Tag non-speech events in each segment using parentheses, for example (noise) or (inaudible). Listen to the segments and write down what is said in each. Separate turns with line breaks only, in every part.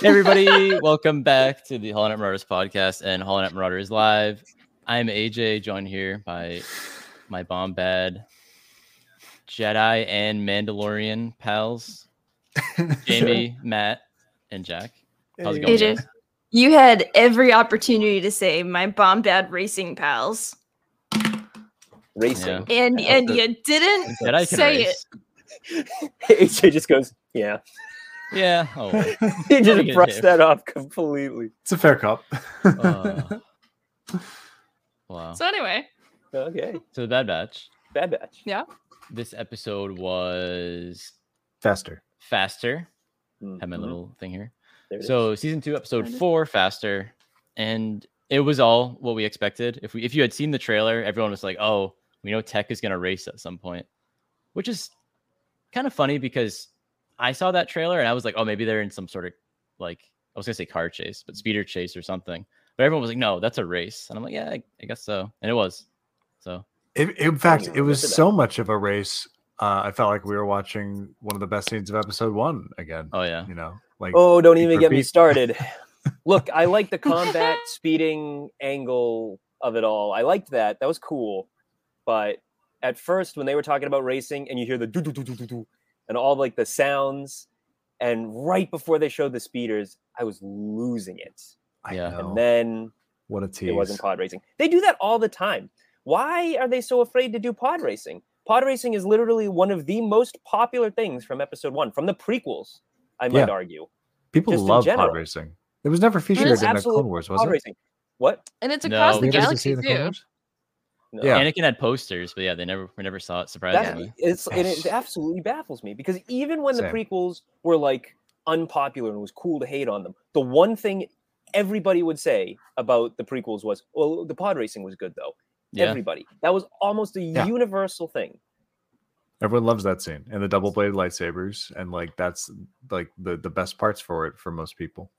Hey everybody, welcome back to the Hollow Knight Marauders podcast and Hollow Knight Marauders Live. I'm AJ, joined here by my bomb bad Jedi and Mandalorian pals, Jamie, Matt, and Jack. How's it going?
AJ.
guys?
You had every opportunity to say my bomb dad racing pals,
Racing.
and
Yeah,
and
the-
you
(laughs)
didn't.
Jedi can
Say
race.
(laughs) AJ just goes, yeah. (laughs)
Yeah. Oh, well.
He
What are you
just
gonna do?
brushed that off completely.
It's a fair cop.
Uh, wow.
So anyway,
Okay.
So the Bad Batch.
Bad Batch.
This episode was
Faster.
faster. Have my
Mhm.
little thing here.
There it is.
So season two, episode
Kinda.
four, faster, and it was all what we expected. If we if you had seen the trailer, everyone was like, "Oh, we know Tech is gonna race at some point," which is kind of funny because I saw that trailer and I was like, "Oh, maybe they're in some sort of like I was gonna say car chase, but speeder chase or something." But everyone was like, "No, that's a race," and I'm like, "Yeah, I, I guess so," and it was. So
It, in fact,
yeah,
it was
look at that.
so much of a race. Uh, I felt like we were watching one of the best scenes of episode one again.
oh yeah,
You know, like
oh, don't
Beat
even
for
get me
beat.
(laughs)
started. Look, I like the combat speeding angle of it all. I liked that. That was cool. But at first, when they were talking about racing and you hear the do do do do do do and all like the sounds, and right before they showed the speeders, I was losing it.
I
Yeah.
know.
And then
what a tease.
it wasn't pod racing. They do that all the time. Why are they so afraid to do pod racing? Pod racing is literally one of the most popular things from episode one, from the prequels, I might
Yeah.
argue.
People
just in
love pod
general.
racing. It was never featured in the
absolute
Clone Wars, was
Pod
it?
racing. What?
and it's
No.
across
We
the
just
galaxy too.
No.
Yeah.
Anakin had posters, but yeah, they never we never saw it.
That,
Surprisingly,
it's, and it absolutely baffles me because even when
Same.
the prequels were like unpopular and it was cool to hate on them, the one thing everybody would say about the prequels was, well, the pod racing was good though.
yeah,
Everybody. That was almost a
Yeah.
universal thing.
Everyone loves that scene and the double bladed lightsabers, and like that's like the the best parts for it for most people.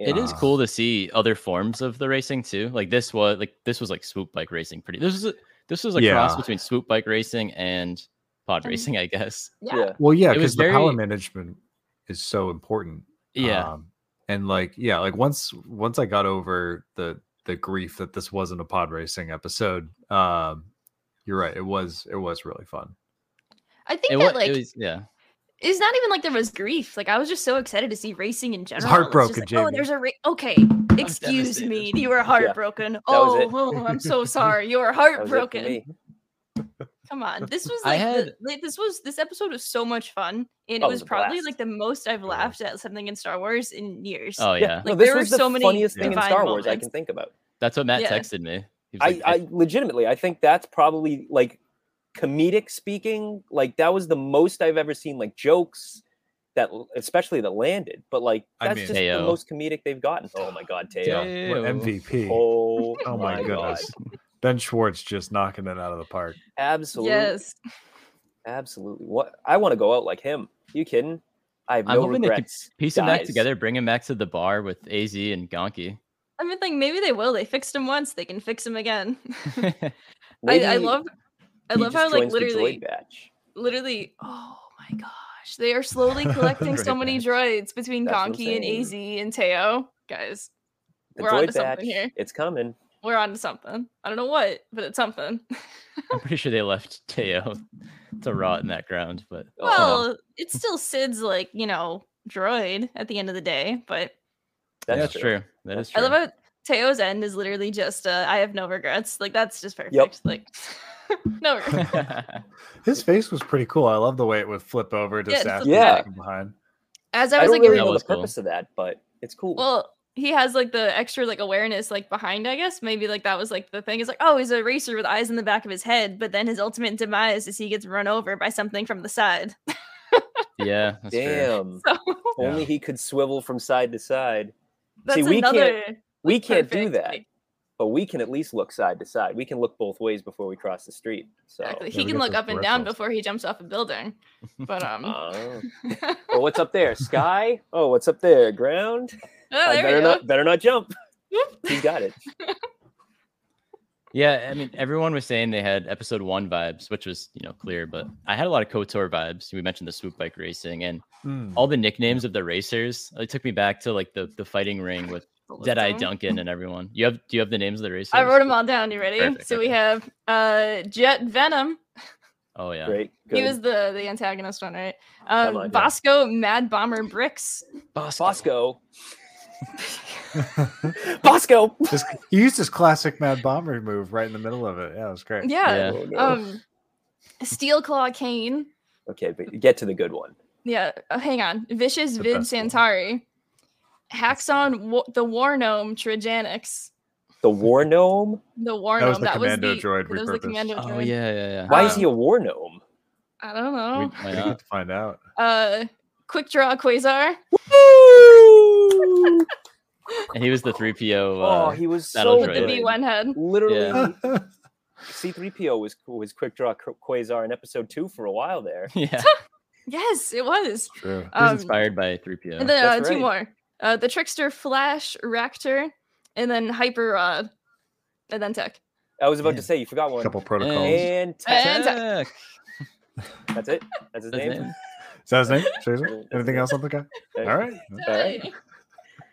It is
Uh,
cool to see other forms of the racing too. Like this was like this was like swoop bike racing. Pretty this was a, this was a cross
Yeah.
between swoop bike racing and pod
Um,
racing, I guess.
Yeah.
Well, yeah,
It was
because the power
very-
management is so important.
Uh,
Yeah,
Um, and like yeah, like once once I got over the the grief that this wasn't a pod racing episode, um, you're right. It was it was really fun.
I think
it
that
was.
like
it was yeah.
it's not even like there was grief. Like I was just so excited to see racing in general. It's
heartbroken,
just like, Oh,
Jamie.
there's a ra- okay. Excuse
devastated.
me, you were heartbroken.
was
oh,
it.
oh, I'm so sorry. You were
That was it for
heartbroken.
me.
Come on, this was
I
like, the-
had-
like this was this episode was so much fun, and it
Oh, it
was
was a
probably
blast.
like the most I've
was.
laughed at something in Star Wars in years.
Oh yeah.
no,
Like,
this
there
was
were so
the
many
funniest thing in
divine
Star Wars I
moments.
can think about.
That's what Matt
yeah.
texted me. He was
I,
like,
I legitimately, I think that's probably like comedic speaking, like that was the most I've ever seen, like jokes that especially that landed, but like
I
that's
mean-
just
Teo.
the most comedic they've gotten. Oh my god, Teo.
Yeah, what
Ew.
MVP.
Oh,
Oh
my,
my
god.
goodness. Ben Schwartz just knocking it out of the park.
Absolutely.
Yes.
Absolutely. What I want to go out like him. you kidding? I have
I'm
no
hoping they could
regrets.
piece him back
guys.
together, bring him back to the bar with Az and Gonky. (laughs)
I mean, like maybe they will. They fixed him once. They can fix him again. (laughs) I,
Maybe
I love, I
he
love
just
how like
joins the droid
literally,
batch.
literally. Oh my gosh, they are slowly collecting so
Droid
many droids between
That's what I'm
Gonki and
saying.
Az and Teo. Guys,
The
We're
droid
onto something
batch.
here.
It's coming.
we're on to something. I don't know what, but it's something. (laughs)
Oh,
I'm pretty sure they left Teo to rot in that ground, but
Oh.
well, it's still Sid's like you know droid at the end of the day, but
that's,
That's
true.
true.
That is
I
true.
love how Teo's end is literally just uh, I have no regrets. Like that's just perfect. Like (laughs) no regrets.
His face was pretty cool. I love the way it would flip over to
Yeah,
yeah,
it's
Saffron
Yeah.
from behind.
As
I,
I was
don't
like
really
re-
That
know the
was cool.
purpose of that, but it's cool.
well, he has like the extra like awareness like behind, I guess. Maybe like that was like the thing. Is like, oh, he's a racer with eyes in the back of his head, but then his ultimate demise is he gets run over by something from the side.
(laughs) Yeah, that's fair.
Damn.
(laughs)
(laughs)
So
Only he could swivel from side to side.
that's
we can't-
another.
We can't do
perfect-
that, but we can at least look side to side. We can look both ways before we cross the street. So,
Exactly.
Yeah,
he
we
can
got
look
those
up and down
peripherals.
before he jumps off a building. But um,
Oh.
(laughs) oh,
well, what's up there? Sky? Oh, what's up there? Ground? I
Oh, there
better
we go.
not better not jump.
Whoop.
He got it.
Yeah, I mean, everyone was saying they had episode one vibes, which was you know clear, but I had a lot of Kotor vibes. We mentioned the swoop bike racing and
Mm.
Oh.
all the nicknames of the racers. It took me back to like the the fighting ring with Deadeye
Ballistic.
Duncan and everyone. You have do you have the names of the racers?
I wrote them all down. You ready?
Perfect,
so we
okay.
have uh Jet Venom.
Oh yeah,
Great. Good.
He was the the antagonist one, right?
Come on,
Um,
yeah.
Bosco, Mad Bomber, Bricks.
Bosco.
Bosco.
(laughs)
Bosco.
Just- he used his classic Mad Bomber move right in the middle of it. Yeah, it was great.
Yeah.
Yeah.
Oh, no.
Um, Steel Claw Kane.
okay, but get to the good one.
Yeah. oh, hang on. Vicious
The
Vid
best one.
Santari. Hacks on wa- the War Gnome Trajanix.
The war gnome?
The War
That was
Gnome.
the
That was the
commando droid
that was the
repurposed.
commando droid.
Oh yeah,
(laughs)
yeah, yeah.
Why is
Um,
he a war gnome?
I don't
We,
know.
Why
we
not?
get to find out.
Uh, Quick Draw Quasar.
Woo!
And he was the three PO.
oh,
Uh,
he was
that'll
so
do
The
it.
good.
V1 head.
Literally,
Yeah.
C3PO was was Quick Draw Qu- Quasar in episode two for a while there.
(laughs) yeah,
Yes, it was.
True.
he was
Um,
inspired by three PO.
And then uh,
That's
two
right.
more. Uh, the Trickster, Flash, Ractor, and then Hyper Rod, and then Tech.
I was about
Yeah.
to say you forgot
A
one.
(laughs) couple protocols.
Hey.
And Tech.
And-
that's it. That's his name.
Is that his name? Seriously? Anything else on the guy? All right.
Alright.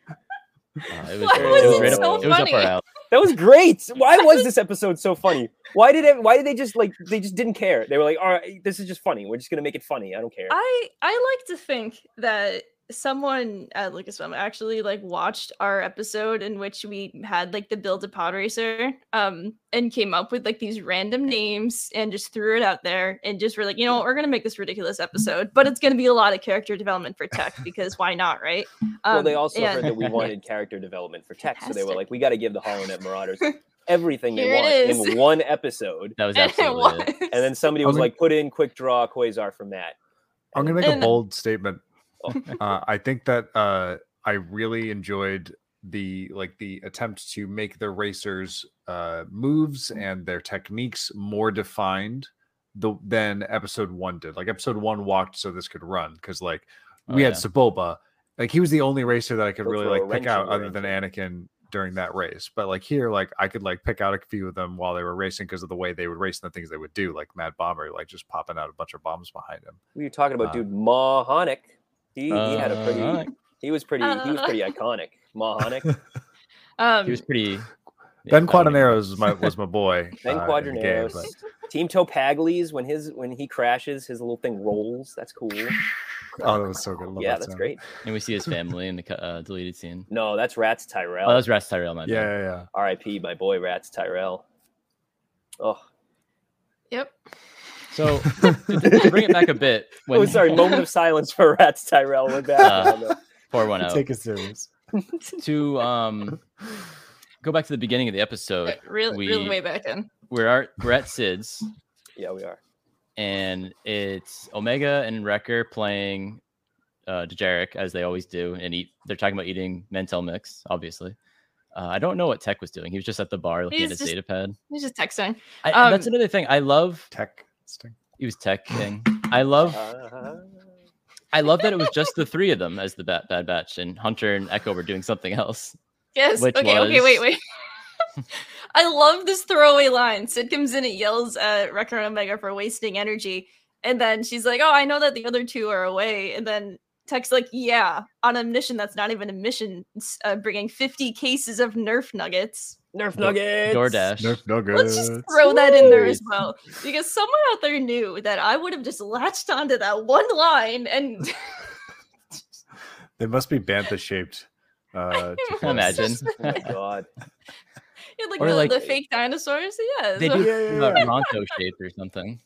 Oh,
(laughs)
it was,
Why
it
was
was
it
right up-
so
it was up our
funny?
alley.
That was great. Why was this episode so funny? Why did it, why did they just like they just didn't care? They were like, all right, this is just funny. We're just gonna make it funny. I don't care.
I I like to think that someone at Lucasfilm actually like watched our episode in which we had like the build a pod racer um and came up with like these random names and just threw it out there and just were like you know what we're gonna make this ridiculous episode but it's gonna be a lot of character development for
(laughs)
tech because why not right Um,
well, they also
and- (laughs)
heard that we wanted character development for tech, so they were
Fantastic.
like, we got to give the Holonet Marauders everything they
Here it is. (laughs)
want in one episode.
That was
and it
absolutely it.
was.
And then somebody
I was
was
gonna-
like, put in quick draw Quasar for Matt.
I'm gonna make a
And-
bold statement.
Oh. (laughs)
Uh, I think that uh, I really enjoyed the like the attempt to make the racers' uh, moves and their techniques more defined the, than episode one did. Like episode one walked so this could run because like
Oh,
we had
yeah.
Saboba, like he was the only racer that I could
Go
really
throw a
like pick
wrench
out
in the
other than Anakin during that race. But like here, like I could like pick out a few of them while they were racing because of the way they would race and the things they would do, like Mad Bomber, like just popping out a bunch of bombs behind him.
We were talking about
Uh,
dude Mahonic. He, he had a
Uh,
pretty.
alright.
He was pretty. he
Uh.
was pretty iconic.
(laughs)
Mahonic.
um
He was pretty.
Ben
yeah, I don't know.
Quadraneros was my was my boy.
Ben
uh, in the game,
Quadraneros.
but-
Team Topagles. When his when he crashes, his little thing rolls. That's cool.
oh, that was so good. I love
yeah,
that
that's
sound.
great.
And we see his family in the cu- uh, deleted scene.
No, that's Rats Tyrell.
Oh, that was Rast Tyrell, my bad.
Yeah, yeah, yeah.
R.I.P. My boy Rats Tyrell. Oh,
yep
So to bring it back a bit. When (laughs)
oh, sorry. Moment of silence for Rats Tyrell. We're back. Oh,
Uh,
on the-
pour one out.
Take it serious.
to um go back to the beginning of the episode.
really
we-
really way back in
We're at, we're at Sid's
yeah, we are.
and it's Omega and Wrecker playing uh Dejeric as they always do and eat they're talking about eating Mentel mix, obviously. Uh, I don't know what Tech was doing. He was just at the bar looking
He's
at his
just-
data pad.
he's just texting
I, and that's
um,
another thing. I love
Tech sting.
he was tech thing. I love
Uh-huh.
I love that it was just the three of them as the Bad, Bad Batch and Hunter and Echo were doing something else.
Yes.
which
okay. Okay. Wait.
was-
Wait. (laughs) I love this throwaway line. Sid comes in and yells at Wrecker and Omega for wasting energy, and then she's like, "Oh, I know that the other two are away," and then. Tech's like, yeah, on a mission that's not even a mission, s- uh, bringing 50 cases of Nerf nuggets.
Nerf
Door-
Nuggets.
(laughs)
DoorDash.
Let's just throw that in there as well. Because someone out there knew that I would have just latched onto that one line and
They must be bantha shaped.
(laughs)
Uh, to
Can you
fit.
imagine?
Oh (laughs) my god.
you know, like,
Or
the,
like-
the fake dinosaurs. Yeah.
They
so- (laughs)
do
(laughs) Yeah, yeah,
uh,
yeah.
Ronto shaped or something.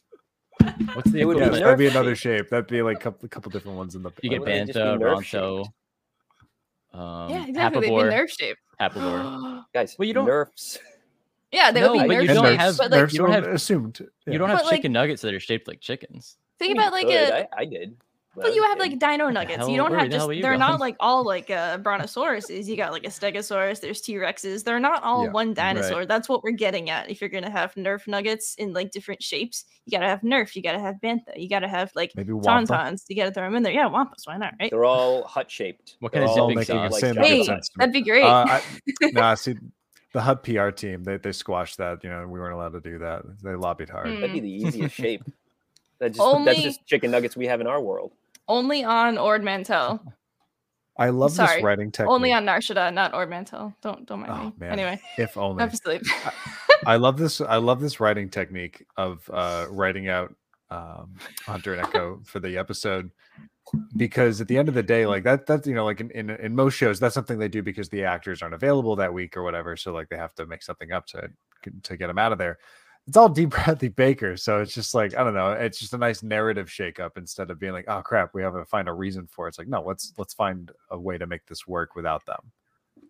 (laughs) What's the
It would be
Yeah,
equivalent?
that'd be another shape. That'd be like a couple, couple different ones in the.
You
uh,
get
Why would they just be
Banta, Ronto,
nerve-shaped?
um,
yeah, exactly. They'd be
Hapivore-
nerve shaped. (gasps)
Hapivore. (gasps)
Guys,
Well, you don't-
Nerfs.
Yeah, they
No,
would be
but
nerve
you
and
don't
shaped.
have-
but like,
nerfs
you don't
are
have-
assumed.
You don't
But
have
like-
chicken nuggets that are shaped like chickens.
think
We
about like
could.
a
I, I did.
But you have like dino nuggets.
hell-
you don't
where
have
the hell
just
were you
they're
going?
not like all like uh brontosauruses. You got like a stegosaurus, there's T-Rexes. They're not all
Yeah,
one dinosaur. That's what we're getting at. If you're gonna have nerf nuggets in like different shapes, you gotta have nerf, you gotta have bantha, you gotta have like
Maybe Wampa.
tauntauns, you gotta throw them in there. Yeah, wampus, why not? Right?
They're all hut shaped.
What kind of
all
zipping
making
sauce?
a
like
sin-
that.
makes
Wait,
sense to me.
that'd be great.
Uh, I, nah, see, the HUD PR team they they squashed that. You know, we weren't allowed to do that. They lobbied hard.
Mm.
That'd be the easiest shape. That just, that's
Only-
just chicken nuggets we have in our world.
(laughs) Only on
(laughs)
Ord Mantell.
I love
Sorry,
this writing technique.
Only on Narshada, not Ord Mantell. Don't don't mind
Oh,
me.
man.
Anyway,
if only.
I'm asleep. (laughs)
I love this. I love this writing technique of uh, writing out um, Hunter and Echo for the episode because at the end of the day, like that, that's you know, like in, in in most shows, that's something they do because the actors aren't available that week or whatever, so like they have to make something up to to get them out of there. It's all deep breathy Baker, so it's just like I don't know. It's just a nice narrative shakeup instead of being like, oh crap, we have to find a reason for it. It's like no, let's let's find a way to make this work without them.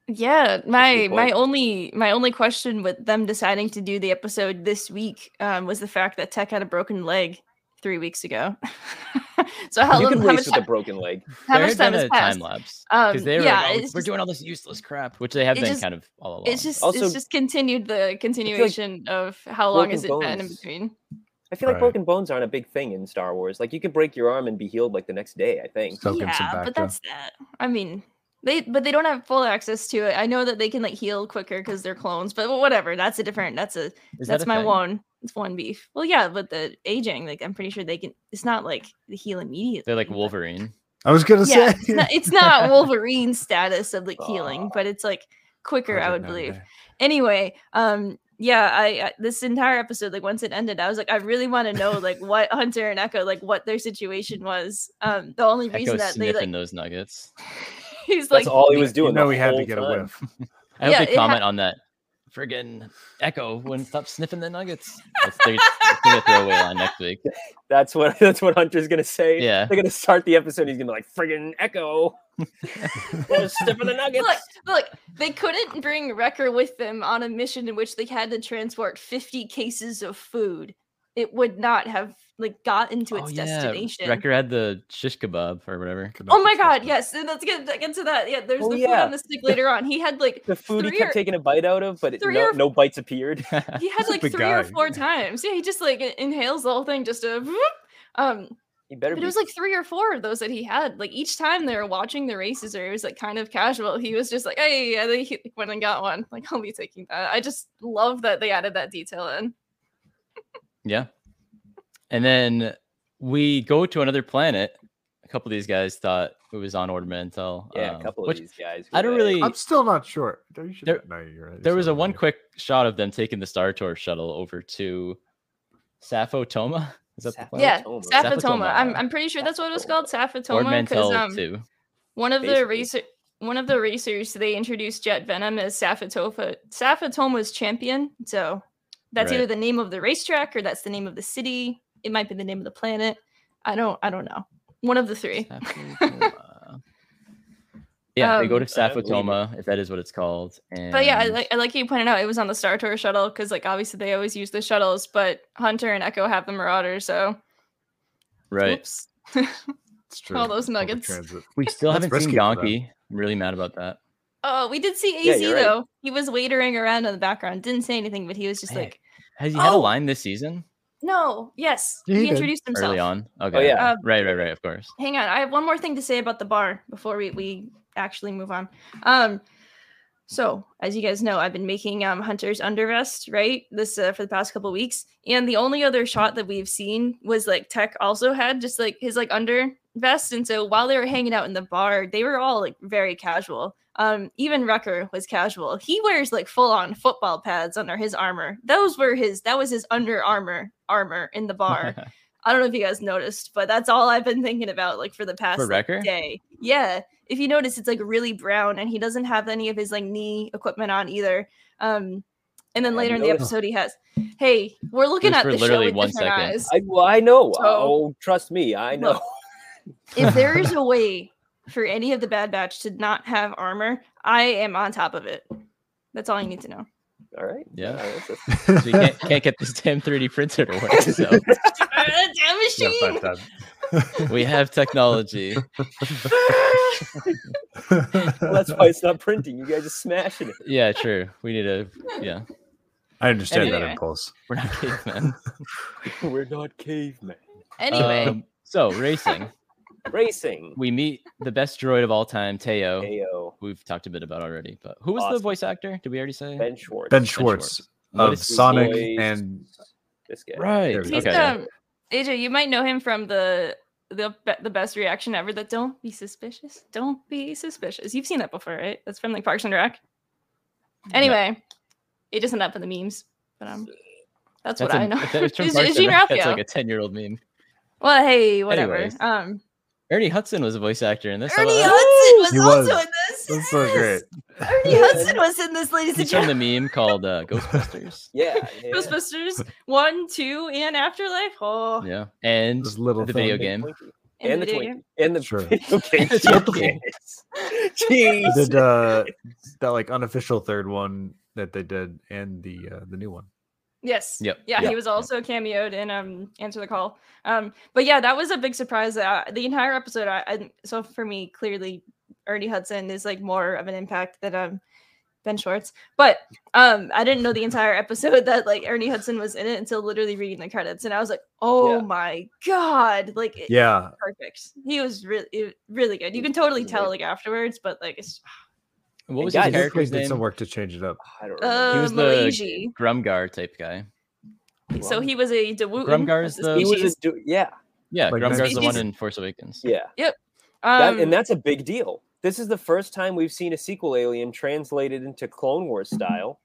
Yeah, my
good
my
point.
only my only question with them deciding to do the episode this week um, was the fact that Tech had a broken leg three weeks ago. (laughs) so (laughs) how,
you
long,
can
how
race
much
with a
time,
broken leg.
how
There
much
had
time
been
has
a
passed?
time lapse
Um,
because they were
yeah,
like, "Oh,
it's
we're
just-
doing all this useless crap, which they have
it
been
just-
kind of all along. Oh,
It's just
Also-
it's just continued the continuation of how long has it
broken
been in
bones.
between.
I feel like
Right.
broken bones aren't a big thing in Star Wars. Like you could break your arm and be healed like the next day. I think.
Soak in some
yeah,
Bacta.
but that's that. I mean, they but they don't have full access to it. I know that they can like heal quicker because they're clones, but whatever. That's a different. That's a
Is that
that's
a
my
thing?
one. It's one beef. Well, yeah, but the aging, like I'm pretty sure they can. It's not like the heal immediately.
They're like
but-
Wolverine.
I was gonna
(laughs) Yeah,
say (laughs)
it's not, it's
(laughs)
not Wolverine status of like healing, but it's like quicker. I would
190
believe.
day.
Anyway, um, yeah, I, I this entire episode, like once it ended, I was like, I really want to know
(laughs)
like what Hunter and Echo, like what their situation was. Um, the only reason
Echo
that they
sniffing
like,
those nuggets.
he's
That's
like, (laughs)
all he was doing.
You know,
the
we had to
whole
get a
time.
whiff.
I hope
Yeah,
they
it ha-
comment on that. Friggin' Echo wouldn't stop sniffing
(laughs)
the nuggets. That's their, that's their throwaway line next week.
That's what. (laughs) That's what Hunter's gonna say.
Yeah.
They're gonna start the episode. He's gonna be like friggin' Echo.
(laughs)
Just Sniffing the nuggets.
Look, look, they couldn't bring Wrecker with them on a mission in which they had to transport 50 cases of food. It would not have like gotten
Oh,
Oh,
to its destination.
Wrecker had the shish kebab or whatever.
Oh my god, yes, and let's get back into that. Yeah, there's
Oh,
the
yeah.
food on the stick later on. He
(laughs)
had like
The food he
three
kept
or-
taking a bite out of, but it,
three
no,
or-
no bites appeared. (laughs)
he had
He's a
like
big
three or
guy.
four times. Yeah, he just like in- inhales the whole thing just a um
He better
but
be
it was like three or four of those that he had. Like each time they were watching the races, or it was like kind of casual. He was just like, "Hey, yeah, they he (laughs) went and got one. Like I'll be taking that." I just love that they added that detail in.
(laughs) Yeah. And then we go to another planet. A couple of these guys thought it was on Ornamental. um,
Yeah, a couple of these guys. who
I don't
were
really.
(laughs) I'm still not sure. No, you should-
There-
no, you're right.
there was a one quick shot of them taking the Star Tour shuttle over to Sappho Toma. Is that the
Sappho-
Yeah,
planet?
Sapphotoma.
Sapphotoma. I'm
Sapphotoma.
I'm pretty sure that's what it was called, Sapphotoma, because
Ornamental
um,
too.
one of the
basically.
racer one of the racers they introduced Jet Venom as Sapphotoma Sapphotoma's champion. So that's
Right.
either the name of the racetrack or that's the name of the city. It might be the name of the planet. I don't I don't know. One of the three. (laughs)
Sappho-toma. yeah, they go
Um,
to
I believe it.
Sapphotoma, if that is what it's called. And
But yeah, I, like- I like you pointed out it was on the Star Tour shuttle because like obviously they always use the shuttles, but Hunter and Echo have the Marauder, so
right.
oops.
It's
all those
(laughs)
nuggets.
transit.
We still
That's
haven't seen
risky for them.
Gonki. I'm really mad about that.
Oh, we did see
Yeah,
AZ
you're right.
though. He was waitering around in the background, didn't say anything, but he was just
Man.
like,
Has he had a
Oh!
line this season?
"No, yes."
Yeah, he
he,
did.
introduced himself.
Early on. Okay.
yeah.
Um,
right, right, right. Of course.
hang on i have one more thing to say about the bar before we, we actually move on um so as you guys know i've been making um hunter's undervest right this uh, for the past couple weeks and the only other shot that we've seen was like tech also had just like his like under vest and so while they were hanging out in the bar they were all like very casual um even rucker was casual he wears like full on football pads under his armor those were his that was his under armor armor in the
(laughs)
bar I don't know if you guys noticed, but that's all I've been thinking about like for the past
For
like,
Wrecker?
day. Yeah. If you notice, it's like really brown and he doesn't have any of his like knee equipment on either. Um and then
I
later in the
noticed.
episode he has hey, we're looking
was
at
for
the show
literally
with
one
different
second.
eyes.
I, well, I know.
So-
oh, trust me, I know.
Look, if there is a way for any of the Bad Batch to not have armor, I am on top of it. That's all you need to
(laughs)
know.
All right.
Yeah.
All right, that's-
(laughs)
that's-
So you can't, can't get this damn 3D printer to work. So
Damn
Yeah,
machine.
but, uh,
we have technology.
(laughs) Well, that's why it's not printing. You guys are smashing it.
Yeah, true. We need to. Yeah,
(laughs) I understand that
Anyway.
impulse.
we're not cavemen.
We're not cavemen.
Anyway,
Um, so racing. (laughs)
Racing.
We meet the best droid of all time, Teo.
Ayo.
We've talked a bit about already, but who was the
Awesome.
voice actor? Did we already say?
Ben Schwartz.
Ben Schwartz
What
of
is his
Sonic
voice?
and
This guy.
Right.
There we go.
Um, he's
Okay.
um, AJ. You might know him from the the be- the best reaction ever. That don't be suspicious. Don't be suspicious. You've seen that before, right? That's from like Parks and Rec. Anyway, it doesn't up in the memes, but um, that's, what
I
I know.
That's, a- that's from
It's-
Parks
it's
and
Gene
Rec. That's
Ralphio.
like a ten-year-old meme.
Well, hey, whatever.
Anyways.
Um,
Ernie Hudson was a voice actor in this. I
Ernie
love-
Hudson was,
He
also
was.
in this.
that's so
yes!
(laughs) great.
Ernie Hudson was in this, ladies and
He's from
gentlemen.
the meme called uh, Ghostbusters. (laughs)
Yeah. yeah.
Ghostbusters one, two, and Afterlife. Oh,
Yeah, and
This little
The video
thing.
game.
in
And the
the video
Twinkie. And the
Sure.
(laughs) Okay.
And the Twinkie.
Jeez.
They did uh, that like unofficial third one that they did, and the uh, the new one.
Yes.
Yep.
Yeah,
Yep.
he was also cameoed in um Answer the Call. Um, but yeah, that was a big surprise. Uh, the entire episode. I, I so for me, clearly, Ernie Hudson is like more of an impact than um Ben Schwartz. But um, I didn't know the entire episode that like Ernie Hudson was in it until literally reading the credits, and I was like, oh
Yeah.
my god, like it-
Yeah,
perfect. He was really really good. You can totally
He's
tell
amazing.
like afterwards, but like it's
What was
Guys,
They
his
definitely
character's
did some
name?
work to change it up.
I don't
uh,
He
remember.
was the-
Malaysia.
Grumgar type guy.
So he was a Dewooten.
Grumgar
of
is the-
he was
species.
a du- yeah
Yeah,
Like
Grumgar's the one
Species.
in Force Awakens.
yeah that,
um,
and that's a big deal. This is the first time we've seen a sequel alien translated into Clone Wars style,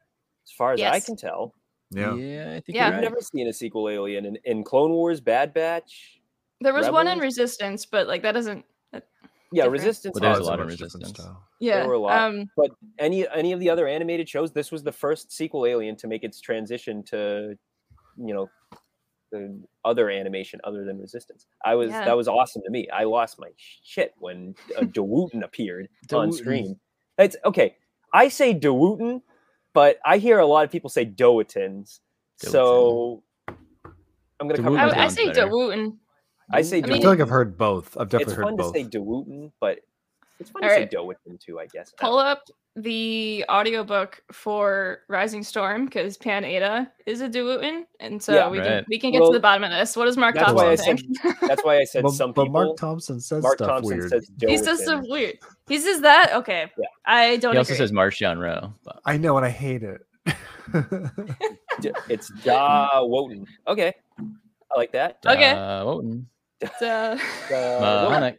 as far as I
Yes.
can tell.
Yeah,
I think
Yeah.
you're
I've
right.
never seen a sequel alien in, in Clone Wars, Bad Batch.
There was one in
Rebels?
Resistance, but like that doesn't. that-
Yeah,
Different.
Resistance.
Well, there's
was-
a lot of
much different
resistance.
style.
Yeah.
were a lot.
Um,
any any of the other animated shows. This was the first sequel alien to make its transition to, you know, the other animation other than Resistance. I was
Yeah.
that was awesome to me. I lost my shit when uh, Dewooten appeared on
Dewooten.
screen. It's okay. I say Dewooten, but I hear a lot of people say Doatins. So I'm gonna
Dewooten
cover
I,
my
would- I
sounds
bases.
say
better.
Dewooten.
I say
I
I
mean-
feel like I've heard both. I've
it's
definitely
fun
heard both.
to say Dewooten, but it's fun to
Alright.
say Dowooten too. I guess. I don't
Pull up the audiobook for Rising Storm because Pan Ada is a Dewooten, and so
Yeah.
we
Right.
can we can get
Well,
to the bottom of this. What does Mark
that's
why
Thompson
I
think?
know. That's why I said
but,
some
but
people.
Mark Thompson says
Mark
stuff
Thompson
weird.
says
he says some
Dothan.
weird. He says that. Okay,
Yeah.
I don't
He also
agree.
says Martian Rowe. But
I know, and I hate
(laughs)
it.
D- it's Da Wotan. Okay, I like that. Uh, Da-
Okay. Uh,
Uh, Wotan.
So- (laughs)
(laughs)
Uh,
Da Wotan.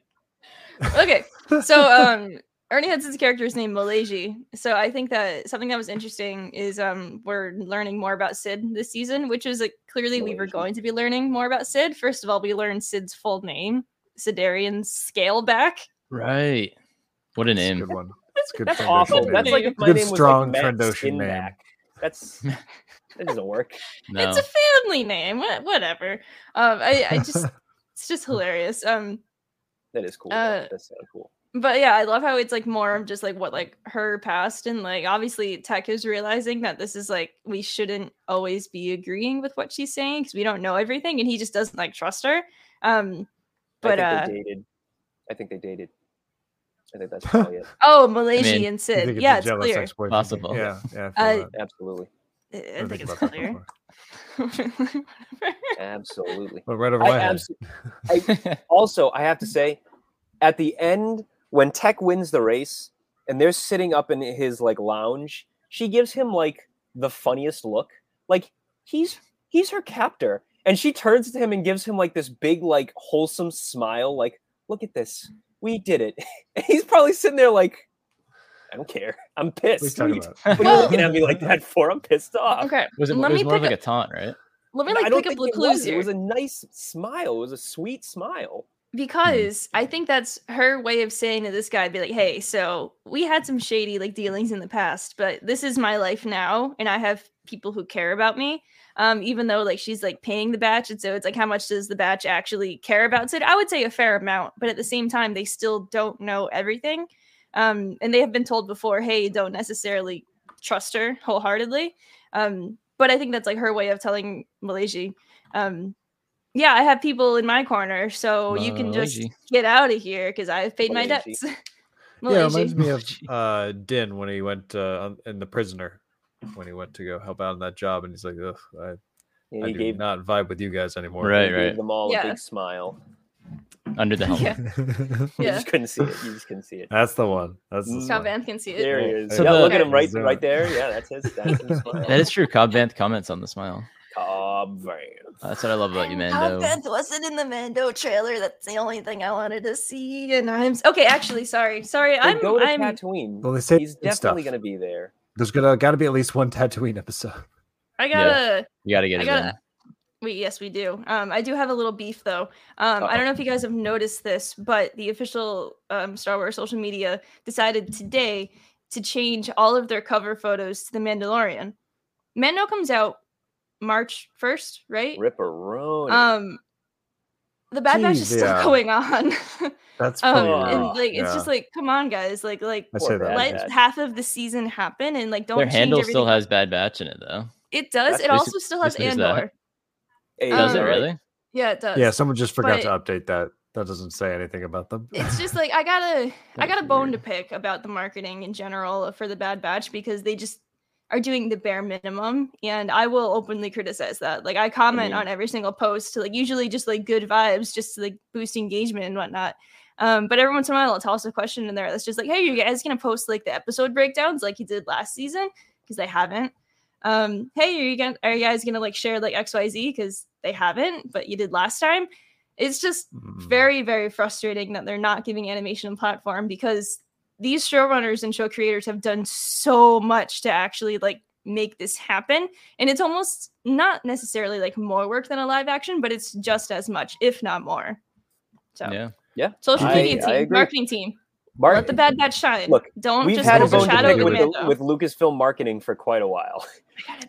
Mahonic.
okay, so um Ernie Hudson's character is named Malaysia. So I think that something that was interesting is um we're learning more about Sid this season, which is like clearly we were
Malaysia.
going to be learning more about Sid. First of all, we learned Sid's full name, Sidarian Scaleback.
Right. What a
It's a
name.
good one. It's a good
That's
Trandoshan
awful.
name.
That's like
name.
if my
Good
name was
strong
like Matt
Trandoshan name.
Skinback.
(laughs)
That's that doesn't work.
No.
It's a family name. wha- Whatever. Um I, I just it's just hilarious. Um
That is cool.
Uh,
that does sound cool.
but yeah, I love how it's like more of just like what like her past and like obviously Tech is realizing that this is like we shouldn't always be agreeing with what she's saying because we don't know everything and he just doesn't like trust her. Um but
I
uh
think they dated. I think they dated. I
(laughs)
think that's probably it.
oh Malaysia
mean,
and
You think
Sid.
it's
Yeah,
a
it's
jealous
clear.
ex-boyfriend thing.
Possible.
Yeah, yeah. I
Uh,
feel that.
Absolutely,
I- I,
I
think it's
about that
clear.
before.
(laughs)
absolutely.
Oh,
Went right over
I
my head.
abso- also, I have to say, at the end, when Tech wins the race and they're sitting up in his like lounge, she gives him like the funniest look. Like he's he's her captor. And she turns to him and gives him like this big, like wholesome smile, like, look at this. We did it. (laughs) And he's probably sitting there like, I don't care. I'm
What are you
pissed. What are
talking
you, (laughs)
about?
what are you looking
Oh.
at me like that for? I'm pissed off.
okay.
(laughs) Uh, was it,
Let
it was
me
more of
pick
like a taunt, right?
Let me
I
like
don't
pick up
think
the
it was.
clues
It
here.
was a nice smile. It was a sweet smile.
because
Mm-hmm.
I think that's her way of saying to this guy, be like, hey, so we had some shady like dealings in the past, but this is my life now, and I have people who care about me. Um, even though like she's like paying the batch, and so it's like how much does the batch actually care about Sid? I would say a fair amount, but at the same time, they still don't know everything. Um, and they have been told before, hey, don't necessarily trust her wholeheartedly. Um, but I think that's like her way of telling Malaysia, um, yeah, I have people in my corner, so Oh, you can just
Malaysia.
get out of here because I've paid my debts. (laughs)
Malaysia.
Yeah, it reminds
Malaysia.
me of (laughs)
(laughs)
Malaysia.
uh, Din when he went uh, on- in the prisoner when he went to go help out on that job, and he's like, Ugh, I,
And
I
he
do
gave,
not vibe with you guys anymore.
Right,
he gave
right.
them all a
Yeah.
big smile.
Under the helmet.
Yeah.
(laughs)
You
yeah,
just couldn't see it. You just
(laughs)
couldn't see it.
That's the one. That's the
Mm.
Cobb
one.
Vanth can see it.
There he is.
So
yeah,
the-
look at him right,
He's doing
right
it.
there. Yeah, that's his. That's
(laughs)
his smile.
That is true. Cobb Vanth comments on the smile.
Cobb Vanth.
That's what I love about you,
How
Mando.
Beth wasn't in the Mando trailer. That's the only thing I wanted to see. And I'm okay. Actually, sorry, sorry.
They
I'm
go to
I'm
Tatooine.
Well, they say
He's
good stuff.
definitely going to be there.
There's gonna gotta be at least one Tatooine episode. (laughs)
I gotta.
You gotta get
I
it
gotta-
in.
We yes, we do. Um, I do have a little beef though. Um, I don't know if you guys have noticed this, but the official um, Star Wars social media decided today to change all of their cover photos to The Mandalorian. Mando comes out March first, right?
Ripperoni.
Um, the Bad Batch is
Jeez,
still (laughs)
yeah.
going on. (laughs)
That's
um,
pretty
and
rough.
like it's
Yeah.
just like, come on, guys, like like.
I say that.
Bad
Let
Batch.
half of the season happen and like don't
Their
change
handle
everything.
still has Bad Batch in it though.
it does.
That's-
It
This-
also still has
this is that.
Andor.
Hey,
Does it
Um,
really?
Yeah, it does.
yeah, someone just forgot to update that. That doesn't say anything about them.
it's just like I gotta I
That's
got a bone to
weird.
pick about the marketing in general for the Bad Batch because they just are doing the bare minimum and I will openly criticize that. Like I comment
mean-
on every single post to like usually just like good vibes just to like boost engagement and whatnot. Um, but every once in a while I'll toss a question in there that's just like, hey, you guys gonna post like the episode breakdowns like you did last season? Because they haven't. Um, hey, are you gonna are you guys gonna like share like XYZ? Because they haven't, but you did last time. It's
(laughs)
just
Mm.
very very frustrating that they're not giving animation a platform because these showrunners and show creators have done so much to actually like make this happen and it's almost not necessarily like more work than a live action but it's just as much if not more so
Yeah.
social
I-
media
I
team
agree.
marketing team
Mark,
let the bad batch shine
Look,
don't
we've
just
had a
bone to
overshadow
pick
bone
the
with,
man
the, with Lucasfilm marketing for quite a while.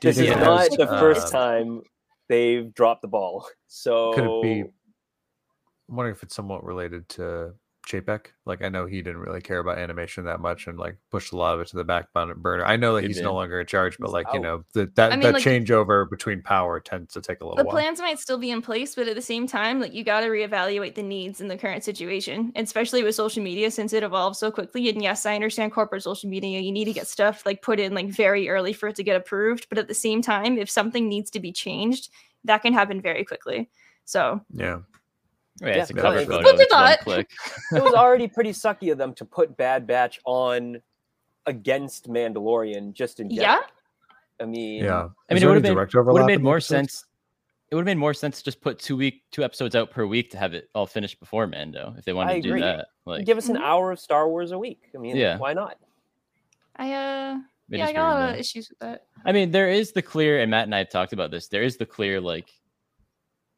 Do you
This
think
is
it
not
has,
the first
uh,
time they've dropped the ball. So
Could it
Oh.
be? I'm wondering if it's somewhat related to Chapek. Like I know he didn't really care about animation that much and like pushed a lot of it to the back bun- burner. I know that
Could
he's
be.
no longer in charge, but
He's
like you
out.
know the, that
I mean,
that
like-
changeover between power tends to take a little
the
while.
plans might still be in place, but at the same time, like you got to reevaluate the needs in the current situation, especially with social media since it evolves so quickly. And yes, I understand corporate social media, you need to get stuff like put in like very early for it to get approved. But at the same time, if something needs to be changed, that can happen very quickly. So
yeah,
Yeah, it's a
Yeah,
cover
it's-
photo.
Look at
It's one
that.
click.
it was already pretty sucky of them to put Bad Batch on against Mandalorian just in
yeah,
general. I mean,
yeah.
I mean,
Is
it
there
would
any
have made,
direct overlap
would have
in
made
the
more
episodes?
sense. It would have made more sense to just put two week two episodes out per week to have it all finished before Mando if they wanted
I
to do
agree.
that. Like,
give us an
Mhm.
hour of Star Wars a week. I mean,
Yeah.
why not?
I uh,
it
yeah,
is
I got a
weird,
lot of
though.
issues with that.
I mean, there is the clear, and Matt and I have talked about this. There is the clear, like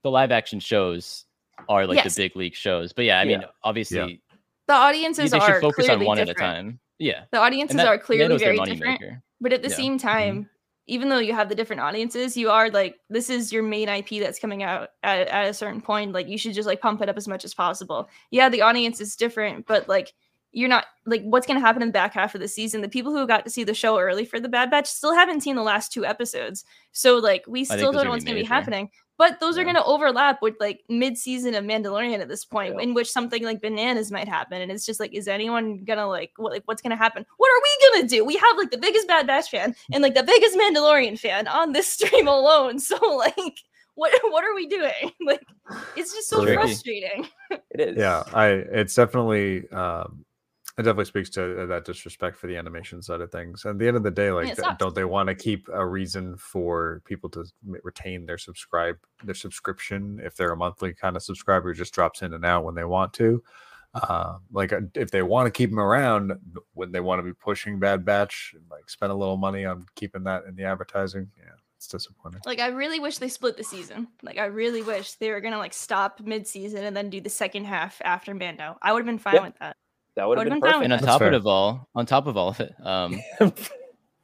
the live action shows are like
Yes.
the big league shows. But yeah, I mean,
Yeah.
obviously
The
you-
audiences
they
are
should focus on
clearly
one at a
different.
time. Yeah,
The audiences
that-
are clearly
Mando's their
very
moneymaker.
different. But at the
Yeah. Mm-hmm.
same time, even though you have the different audiences, you are like, this is your main IP that's coming out at, at a certain point. Like, you should just like pump it up as much as possible. Yeah, the audience is different, but like, you're not like what's going to happen in the back half of the season. The people who got to see the show early for the Bad Batch still haven't seen the last two episodes. So, like, we
think
still don't
those are
know
gonna
what's
be
going to be
major.
happening. But those are
Yeah.
going to overlap with like mid season of Mandalorian at this point,
Yeah.
in which something like bananas might happen. And it's just like, is anyone going to like, what, like, what's going to happen? What are we going to do? We have like the biggest Bad Batch fan and like the biggest Mandalorian fan on this (laughs) stream alone. So, like, what, what are we doing? (laughs) Like, it's just so
Tricky.
frustrating.
It is.
yeah i it's definitely um it definitely speaks to uh, that disrespect for the animation side of things and at the end of the day like
it
th-
sucks.
don't they want to keep a reason for people to m- retain their subscribe their subscription if they're a monthly kind of subscriber who just drops in and out when they want to uh, like uh, if they want to keep them around when they want to be pushing bad batch and like spend a little money on keeping that in the advertising yeah it's disappointing
Like I really wish they split the season. Like I really wish they were gonna like stop mid-season and then do the second half after Mando. I would have been fine
Yep.
with that.
That would have
Would've
been
been fine
And
perfect.
That's
on top
fair.
of all, on top of all of it,
(laughs)
um,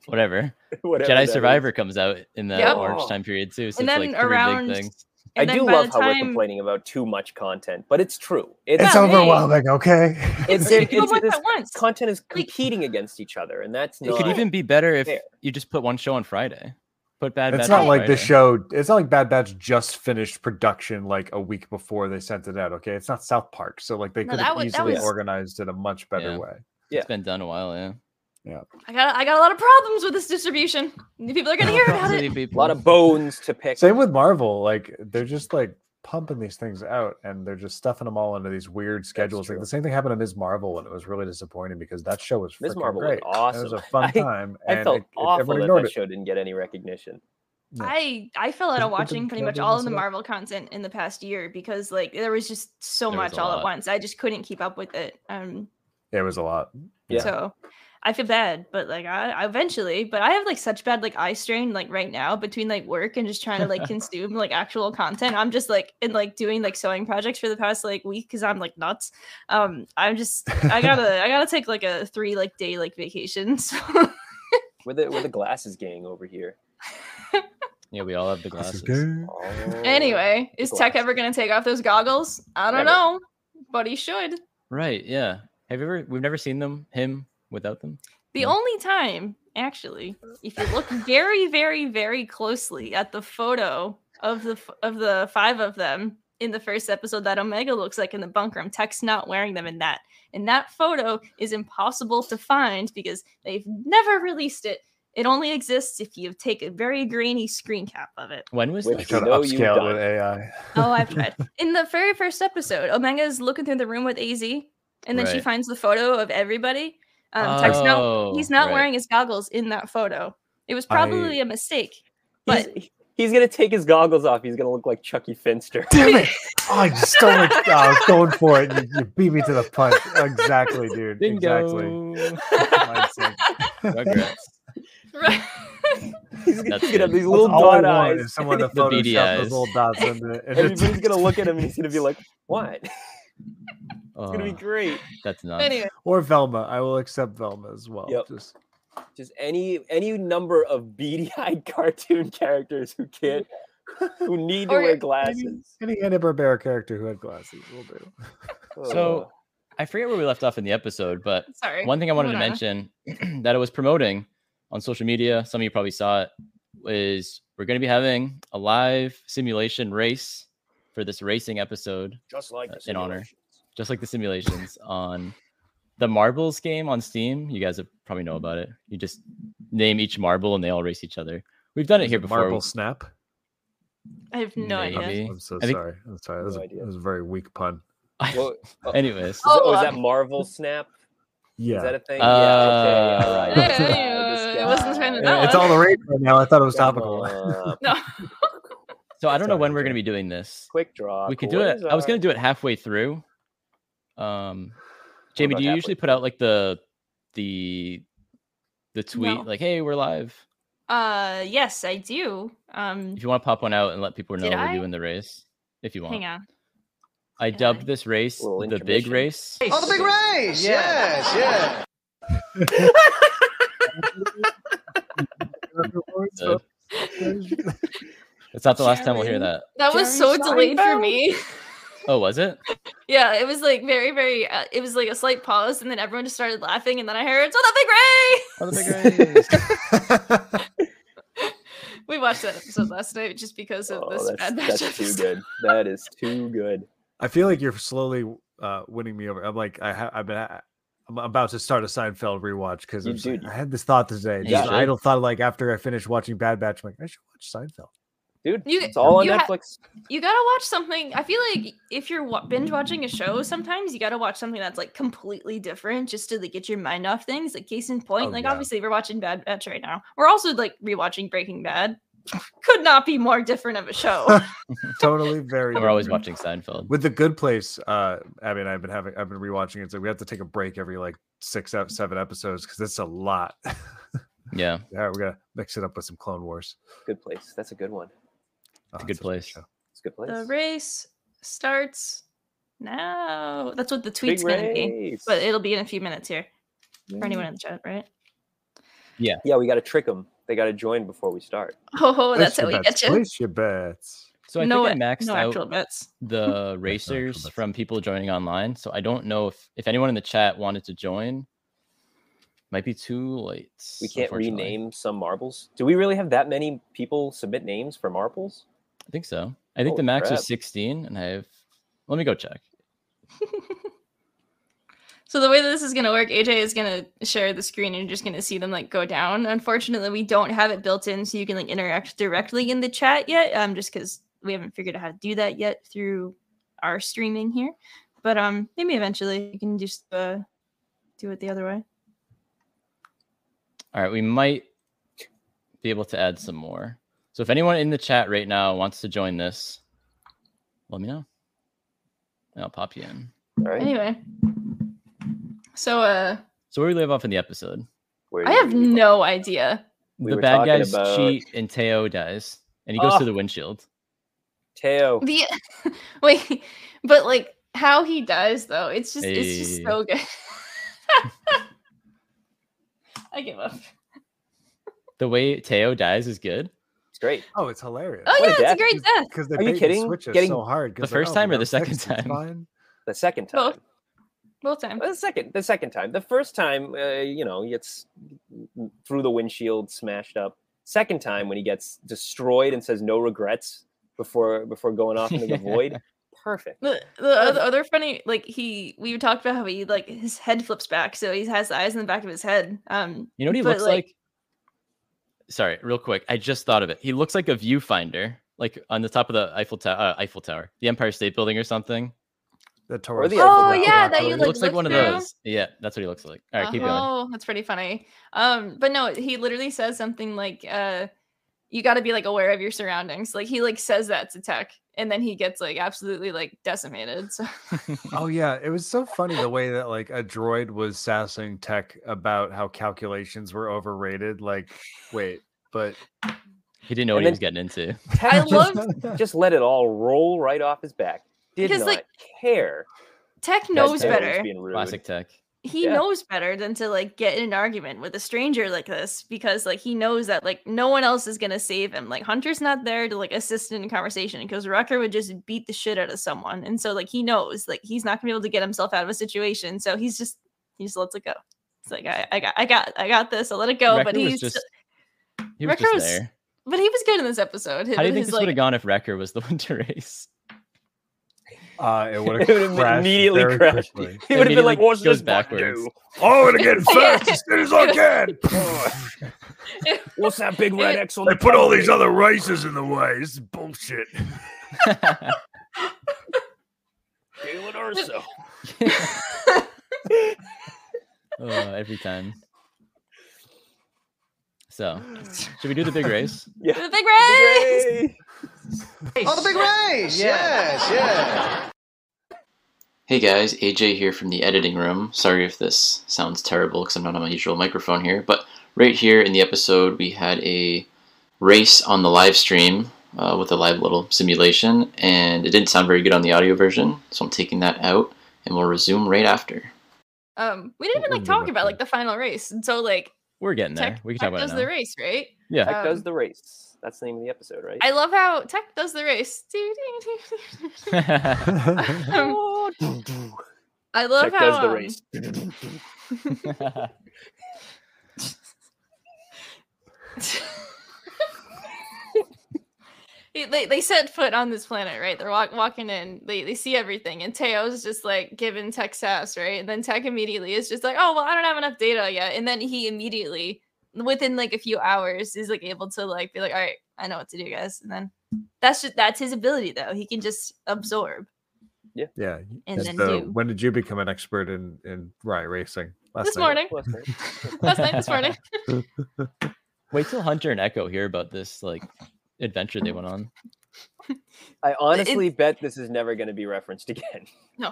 whatever.
(laughs) Whatever that
Jedi
is.
Survivor comes out in the
Yep.
orange time period too. So
And
it's
then
like three
around-
big things.
I
And
do
then by
love
the
how we're
time-
complaining about too much content, but it's true. It's,
it's
Yeah, hey.
overwhelming okay (laughs)
it's,
Two
(laughs) it's,
people watch
this
at once.
content is competing against each other, and that's
It
not.
could even be better if
fair.
you just put one show on Friday. Put put Bad
it's
Batch
not
as
like
writer.
the show. It's not like Bad Batch just finished production like a week before they sent it out. Okay, it's not South Park, so like they
No,
could
that
have
wa- that
easily
was-
organized it a much better
Yeah.
way.
It's been done a while, yeah.
I got I got a lot of problems with this distribution. People are gonna hear about
Silly (laughs)
it.
A
people.
lot of bones to pick.
Same with Marvel. Like they're just like pumping these things out, and they're just stuffing them all into these weird schedules. Like
true.
the same thing happened to Ms. Marvel, and it was really disappointing because that show was
Ms.
freaking
Marvel was
great. It was
awesome.
a fun
(laughs) I-
time.
I
and
felt
it- it-
awful
everyone
that
ignored
that
it.
show didn't get any recognition.
Yeah.
I I fell out
Did-
of
did-
watching pretty
did
much
they
all
mess
of the
it up?
Marvel content in the past year because like there was just so
There was
much
a
all
lot.
at once. I just couldn't keep up with it. Um
It was a lot.
Yeah.
so I feel bad, but like I, I eventually, but I have like such bad like eye strain like right now between like work and just trying to
(laughs)
like consume like actual content. I'm just like in like doing like sewing projects for the past like week because I'm like nuts. Um I'm just I gotta I gotta take like a three like day like vacation. (laughs) So
We're the, we're the glasses gang over here.
Yeah, we all have the
This is
glasses.
good.
Oh.
Anyway, is Tech
Glasses.
ever going to take off those goggles? I don't
Never.
know, but he should.
Right, yeah. Have you ever we've never seen them him without them?
The
Yeah.
only time, actually, if you look very, very, very closely at the photo of the f- of the five of them in the first episode that Omega looks like in the bunk room, Tech's not wearing them in that. And that photo is impossible to find because they've never released it. It only exists if you take a very grainy screen cap of it.
When was
Which-
I
that?
try to
know you've
upscale it
done
with AI.
Oh,
(laughs)
I've
(laughs)
tried. In the very first episode, Omega's looking through the room with AZ, and then she
Right.
finds the photo of everybody. Um, Tech's not,
Oh,
he's not
right.
wearing his goggles in that photo. It was probably a mistake.
(laughs)
He's-
But-
he's, gonna take his goggles off. He's gonna look like Chucky Finster. (laughs)
Damn it! Oh, (laughs) I just stole it. Oh, I was going for it. You, you beat me to the punch. Exactly, dude. Exactly.
Bingo.
Mine's like-
Rugrats.
(laughs) Right.
(laughs)
He's, gonna-
That's
he's gonna have
good.
(laughs) these little
That's all I
dot
want
(laughs)
eyes.
is
(laughs)
someone to
The beady
Photoshop
eyes.
those little dots into it. and it's-
Everybody's gonna look at him and he's gonna
(laughs)
be like, "What? It's
Oh,
gonna be great."
that's not
anyway,
(laughs) Or Velma. I will accept Velma as well.
Yep.
Just
Just any any number of beady-eyed (laughs) cartoon characters who can't, who need to
Or-
wear
any,
glasses.
any Hanna Barbera character who had glasses will do.
So I forget where we left off in the episode, but
sorry.
one thing I wanted to
Hold on.
mention (clears throat) that it was promoting on social media, some of you probably saw it, is we're going to be having a live simulation race for this racing episode,
just like
the uh, in honor. just like
(laughs)
the simulations on the marbles game on Steam. You guys have probably know about it. You just name each marble and they all race each other. We've done it here before. (laughs)
Marble Snap.
I have no idea.
Maybe.
I'm so
I think-
sorry. I'm sorry. That was,
No
a,
idea.
that was a very weak pun.
Well,
Anyways,
is, oh,
Oh,
is
uh,
that Marvel Snap?
Yeah.
Is that a thing?
Uh,
yeah. Okay. All right.
Hey,
this guy,
uh,
this
I wasn't trying to
guy.
know.
Yeah, (laughs) it's all the rage right now. I thought
(laughs)
it was topical. (laughs)
Come on,
No.
so I don't know
Sorry,
when we're
okay.
going to be doing this.
Quick draw.
we could do it. I was gonna do it halfway through. Um, Jamie,
about
do you
halfway
usually put out like the the the tweet
No.
like, "Hey, we're live."
Uh, yes, I do. Um,
If you want to pop one out and let people know
Did
we're
I?
doing the race, if you want.
hang on.
I
Did
dubbed
I?
this race
Little
the big
intermission.
race.
Oh, the big race! Yes, yes.
Uh,
(laughs)
It's not the last time we'll hear that.
That was so delayed for me. (laughs)
Oh, was it?
yeah, it was like very, very. Uh, it was like a slight pause, and then everyone just started laughing, and then I heard, "Oh, the big race!"
Oh, the big race.
(laughs)
(laughs)
(laughs) We watched that episode last night just because of this
Oh,
Bad
that's,
Batch
that's too
episode.
good. That is too good.
I feel like you're slowly uh, winning me over. I'm like, I ha- I've been, I- I'm about to start a Seinfeld rewatch because
You
like,
do.
I had this thought today.
You
Just an
should.
idle thought, like after I finished watching Bad Batch, I'm like, I should watch Seinfeld.
Dude,
You-
it's all on
you ha-
Netflix.
You gotta watch something. I feel like if you're wa- binge watching a show, sometimes you gotta watch something that's like completely different just to like, get your mind off things. Like case in point,
Oh,
like
yeah.
obviously we're watching Bad Batch right now. We're also like rewatching Breaking Bad. Could not be more different of a show.
Totally very.
We're always
different.
watching Seinfeld.
With the Good Place, uh, Abby and I've been having, I've been rewatching it. So we have to take a break every like six, out- seven episodes because it's a lot. (laughs) All
Yeah,
right, we're gonna mix it up with some Clone Wars.
Good place. That's a good one.
Oh,
Good
such
Place.
show.
It's a good place.
the race starts now. That's what the
Big
tweet's gonna be.
race.
But it'll be in a few minutes here for anyone in the chat, right? (laughs)
yeah, we got to trick them. They got to join before we start.
Oh, that's
Place
how
your
we
bets,
get you.
Place your bets.
so I
no,
think I
a-
maxed
no
out
actual bets. (laughs)
the racers
that's-
from people joining online. So I don't know if if anyone in the chat wanted to join. Might be too late.
We can't
unfortunately.
rename some marbles. Do we really have that many people submit names for marbles?
I think so. I think the
Holy
max
crap.
was 16, and I have. Let me go check.
So the way that this is gonna work, AJ is gonna share the screen and you're just gonna see them like go down. Unfortunately, we don't have it built in so you can like interact directly in the chat yet. Um, just because we haven't figured out how to do that yet through our streaming here. But um, maybe eventually you can just uh, do it the other way.
All right, we might be able to add some more. So if anyone in the chat right now wants to join this, let me know. And I'll pop you in.
All right.
Anyway, so uh,
So where we leave off in the episode,
Where
I
did
have
we-
no idea.
we
the
were
bad
talking
guys
about-
cheat and Teo dies, and he goes
Ah.
through the windshield.
Teo.
The (laughs) wait, but like how he dies though, it's just it's just
Hey.
so good. (laughs) I give up.
The way Teo dies is good.
It's great.
Oh, it's hilarious.
Oh
What a
yeah, it's a
death.
great death.
Because they
Are you
bait and
kidding?
switch us
Getting-
so hard. 'cause
The
they're "Oh,
first
we
time or
have
the second
sex, it's
time?
fine.
The second time.
Both Both times.
Well, the second, the second time. The first time, uh, you know, he gets through the windshield, smashed up. Second time, when he gets destroyed and says no regrets before before going off into
(laughs)
the void. Perfect.
The, the other, other funny, like he, we talked about how he like his head flips back, so he has the eyes in the back of his head. Um,
You know what he
but,
looks like? Sorry, real quick. I just thought of it. He looks like a viewfinder, like on the top of the Eiffel Tower, uh, Eiffel Tower, the Empire State Building or something.
The Taurus
the
will
Eiffel
Oh
not
yeah,
block
that
it.
you
It
like
looks like
look
one
through.
of those. Yeah, that's what he looks like. All right, keep going.
Oh, that's pretty funny. Um, but no, he literally says something like, uh, you got to be like aware of your surroundings. Like he like says that to Tech, and then he gets like absolutely like decimated.
(laughs)
So
Oh yeah, it was so funny the way that like a droid was sassing tech about how calculations were overrated. Like, wait, but
He didn't know
And
what he
then-
was getting into.
Tech
I (laughs)
just-
love
just let it all roll right off his back. Did
Because,
not
like,
care.
Tech
that
knows
Teo was
better.
Being rude.
Classic tech.
he
Yeah.
knows better than to like get in an argument with a stranger like this because like he knows that like no one else is gonna save him. Like Hunter's not there to like assist in a conversation because Rucker would just beat the shit out of someone, and so like he knows like he's not gonna be able to get himself out of a situation. So he's just he just lets it go. It's like I, I got I got I got this. I'll let it go.
Wrecker
but
was
he's
just- he was
Wrecker
just
was-
there.
but he was good in this episode.
How do
with
you think
his,
this
like-
would have gone if Wrecker was the (laughs) one to race?
uh, (laughs) it would
It would've
have
been
crashed
immediately
very
crashed.
quickly.
(laughs) He would have been like,
Immediately
"What's
goes
this button
backwards.
do?
(laughs) Oh, and again,
fast (laughs)
as soon as
I
(laughs) can.
What's that big red X on?"
They
the
(laughs)
put all
top
these
there?"
other races in the way. This is bullshit.
Do it Urso.
(laughs) oh, every time.
(laughs)
So, should we do the big race?
the big race.
Yay!
Oh, the big race! Yes, yes.
Hey guys, AJ here from the editing room. Sorry if this sounds terrible because I'm not on my usual microphone here, but right here in the episode, we had a race on the live stream uh, with a live little simulation, and it didn't sound very good on the audio version, so I'm taking that out and we'll resume right after.
Um, we didn't
What
even like
was
talk
Rucker?
about like the final race, and so like
We're getting there.
Tech,
We can
Tech
talk about
does
it.
the
Now.
race, right?
Yeah.
Tech does
Um,
the race. That's the name of the episode, right?
I love how Tech does the
(laughs)
race. (laughs) Um,
(laughs)
I love
Tech
how
does the
um,
race.
it- they, they set foot on this planet, right? They're walk, walking in, they, they see everything, and Teo's just like giving Tech sass, right? And then Tech immediately is just like, oh, well, I don't have enough data yet. And then he immediately, within like a few hours, is like able to like be like, all right, I know what to do, guys. And then that's just that's his ability though. He can just absorb
yeah.
and
it's
then
the-
do.
when did you become an expert in in rye racing? Last
This
night.
morning,
Last
(laughs)
night.
last night, this
(laughs)
morning.
Wait till Hunter and Echo hear about this like adventure they went on.
I honestly bet this is never going to be referenced again.
yeah,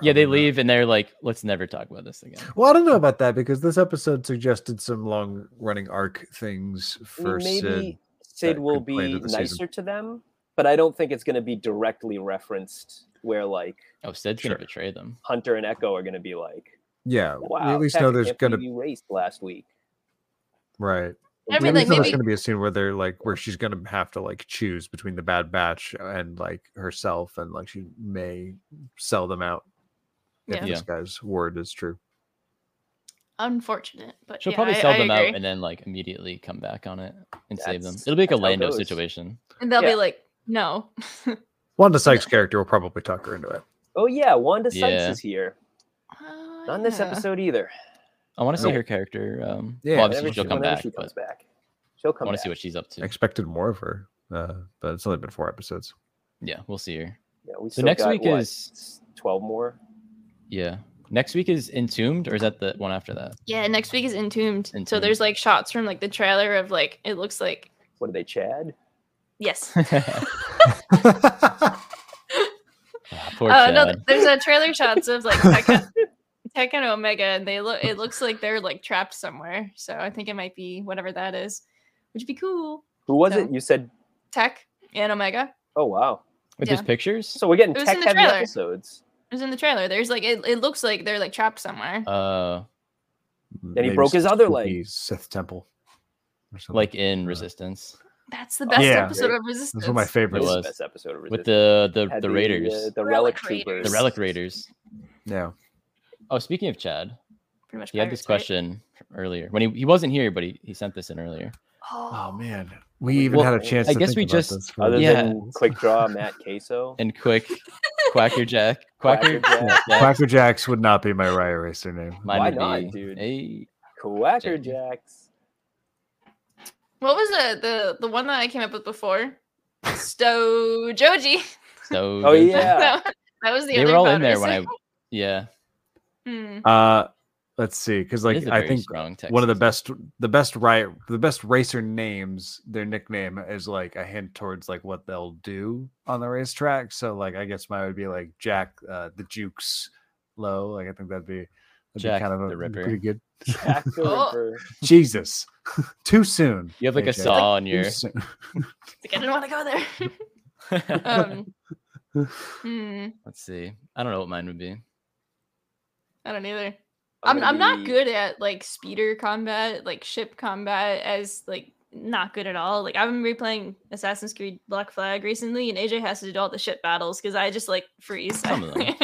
they
Probably not.
leave and they're like, let's never talk about this again.
Well, I don't know about that because this episode suggested some long running arc things
I mean,
for Sid.
maybe Sid
that
will
could play
be
into the
nicer
season.
to them, but I don't think it's going to be directly referenced where like
Oh, Sid's
Sure.
gonna betray them.
Hunter and Echo are going to be like,
Yeah, we
"Wow,
at least
Tech,
know
I
there's
can't
gonna
believe you raced last week."
right.
I
we
mean,
at
like
least know there's
maybe
gonna be a scene where they're like where she's gonna have to like choose between the Bad Batch and like herself, and like she may sell them out if
Yeah.
this guy's word is true.
unfortunate. But
She'll
yeah,
probably
I-
sell
I
them out
agree.
and then like immediately come back on it and save them.
That's-
It'll be like a
that's how it
Lando
goes.
situation.
and they'll
Yeah.
be like, no.
Wanda Sykes' character will probably talk her into it.
Oh yeah, Wanda Sykes
Yeah.
is here.
Oh,
Not in this
yeah.
episode either.
I want to see
Nope.
her character. Um,
Yeah,
well,
Whenever
obviously she'll
she-
come
whenever
back,
She
but
comes back. She'll
I
come
want
back.
to see what she's up to.
Expected more of her, uh, but it's only been four
(laughs)
episodes.
Yeah, we'll see her.
yeah, we
So
still
next
got,
week
what,
is
twelve more.
yeah. Next week is Entombed, or is that the one after
(laughs)
that?
Yeah, next week is Entombed. So
Entombed.
there's like shots from like the trailer of like it looks like
What are they, Chad?
(laughs)
yes.
Ah, Poor
Oh no,
Chad.
th- there's a trailer shots of like
(laughs)
Tekka, Tekka and Omega, and they look. It looks like they're like trapped somewhere. So I think it might be whatever that is, which would be cool.
Who was
So-
it? You said.
Tech and Omega.
Oh wow.
With
yeah.
those pictures.
So we're getting
It was in
tech
the
heavy
trailer.
episodes.
It was in the trailer. There's like it, it looks like they're like trapped somewhere.
Uh,
Then
broke his other leg.
Sith Temple. or something.
like in Resistance
That's the best
yeah.
episode of Resistance.
that's one of my
It
favorites.
was.
the best episode of
with the
Resistance.
the,
Had
the
uh,
Raiders,
the
Relic
relic
Raiders.
troopers,
the Relic Raiders.
Yeah.
Oh, speaking of Chad,
Pretty much
he had this
pirates, right?
question earlier when he, he wasn't here, but he, he sent this in earlier.
Oh,
Um,
Oh man, we even
Well,
had a chance.
I
to
guess
think
we
about
just-
this for-
Other
Yeah.
than Quick
(laughs)
Draw, Matt Queso.
And quick, Quacker Jack, Quacker,
Quackerjack.
Jack.
Quacker Jacks would not be my Rye Racer name.
Mine
Why
would
not,
be-
(laughs)
dude?
Hey, (laughs)
Quackerjacks.
what was the the the one that I came up with
(laughs)
before? Stojoji. (laughs) Joji.
so
Oh
there's-
yeah.
that, that was the
they
other
were all in
powder,
there when
so-
I yeah.
Hmm.
Uh, let's see, because
it
like
is a
I
very
think
strong text.
one of the best, the best riot, the best racer names. Their nickname is like a hint towards like what they'll do on the racetrack. So like, I guess mine would be like Jack uh, the Jukes Low. Like I think that'd be that'd
Jack
be kind of a
the Ripper.
pretty good.
Jack the
Oh.
Ripper.
Jesus, (laughs) too soon.
you have like a
AJ.
saw on
Too
your (laughs)
(laughs) soon.
Like, I didn't want to go (laughs) there. (laughs) um, hmm,
let's see. I don't know what mine would be.
I don't either. I'm,
gonna
I'm not
be-
good at like speeder combat, like ship combat, as like not good at all. Like I've been replaying Assassin's Creed Black Flag recently, and AJ has to do all the ship battles because I just like freeze.
Some of them.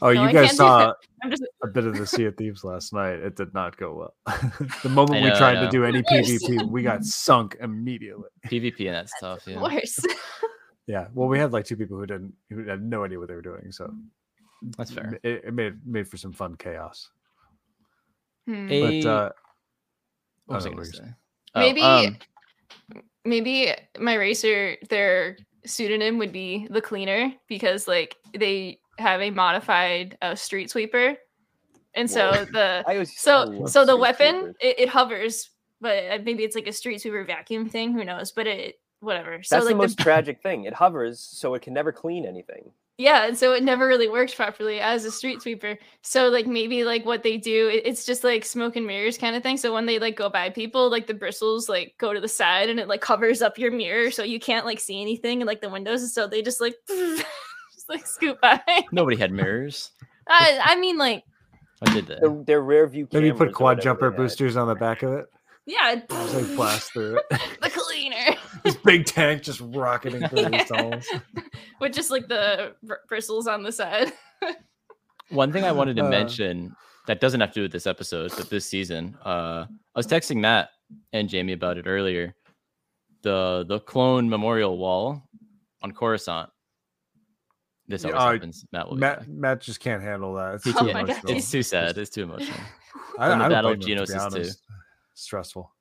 Oh,
No,
you
I
guys
can't do
saw
(laughs) I'm just
a bit of the Sea of Thieves last night. It did not go well. (laughs) the moment we
know, I
tried to
know.
do
(laughs)
any
course.
PvP, we got sunk immediately.
PvP and that's tough. Yeah.
worse.
Yeah. Well, we had like two people who didn't, who had no idea what they were doing. So
Mm, That's fair.
It, it made made for some fun chaos.
(laughs) Hmm.
(laughs)
Hey,
But uh,
what was
oh,
I gonna
we're-
say? Oh,
Maybe
um,
maybe my racer their pseudonym would be the cleaner because like they have a modified uh, street sweeper, and so
Whoa. (laughs)
the
I always I
So
love
so the
Street
weapon
Troopers.
it, it hovers, but uh, maybe it's like a street sweeper vacuum thing. Who knows? But it whatever. So
That's
like
the
the-
most tragic thing. It hovers, so it can never clean anything.
yeah, and so it never really works properly as a street sweeper. So like maybe like what they do, it- it's just like smoke and mirrors kind of thing. So when they like go by people, like the bristles like go to the side and it like covers up your mirror, so you can't like see anything and like the windows. And so they just like (laughs) just like scoot by. (laughs)
nobody had mirrors.
I, I mean like
I did that.
Their, their rear view.
maybe
cameras
put
or
quad
whatever
jumper
they had.
boosters on the back of it.
yeah, (laughs) it-
Just like blast through it. (laughs)
the cleaner. (laughs)
this big tank just rocketing
(laughs)
through these tunnels.
with just like the br- bristles on the side.
One thing I wanted to
Uh,
mention that doesn't have to do with this episode, but this season, uh, I was texting Matt and Jamie about it earlier. The the clone memorial wall on Coruscant. This
Yeah,
always
I-
happens. Matt will be back.
Matt Matt just can't handle that. It's
He
too
can't-
Oh my God,
emotional.
It's too sad. It's too emotional.
I,
and the
I don't
Battle
blame
of
him, to be
Geonosis too.
honest. Stressful.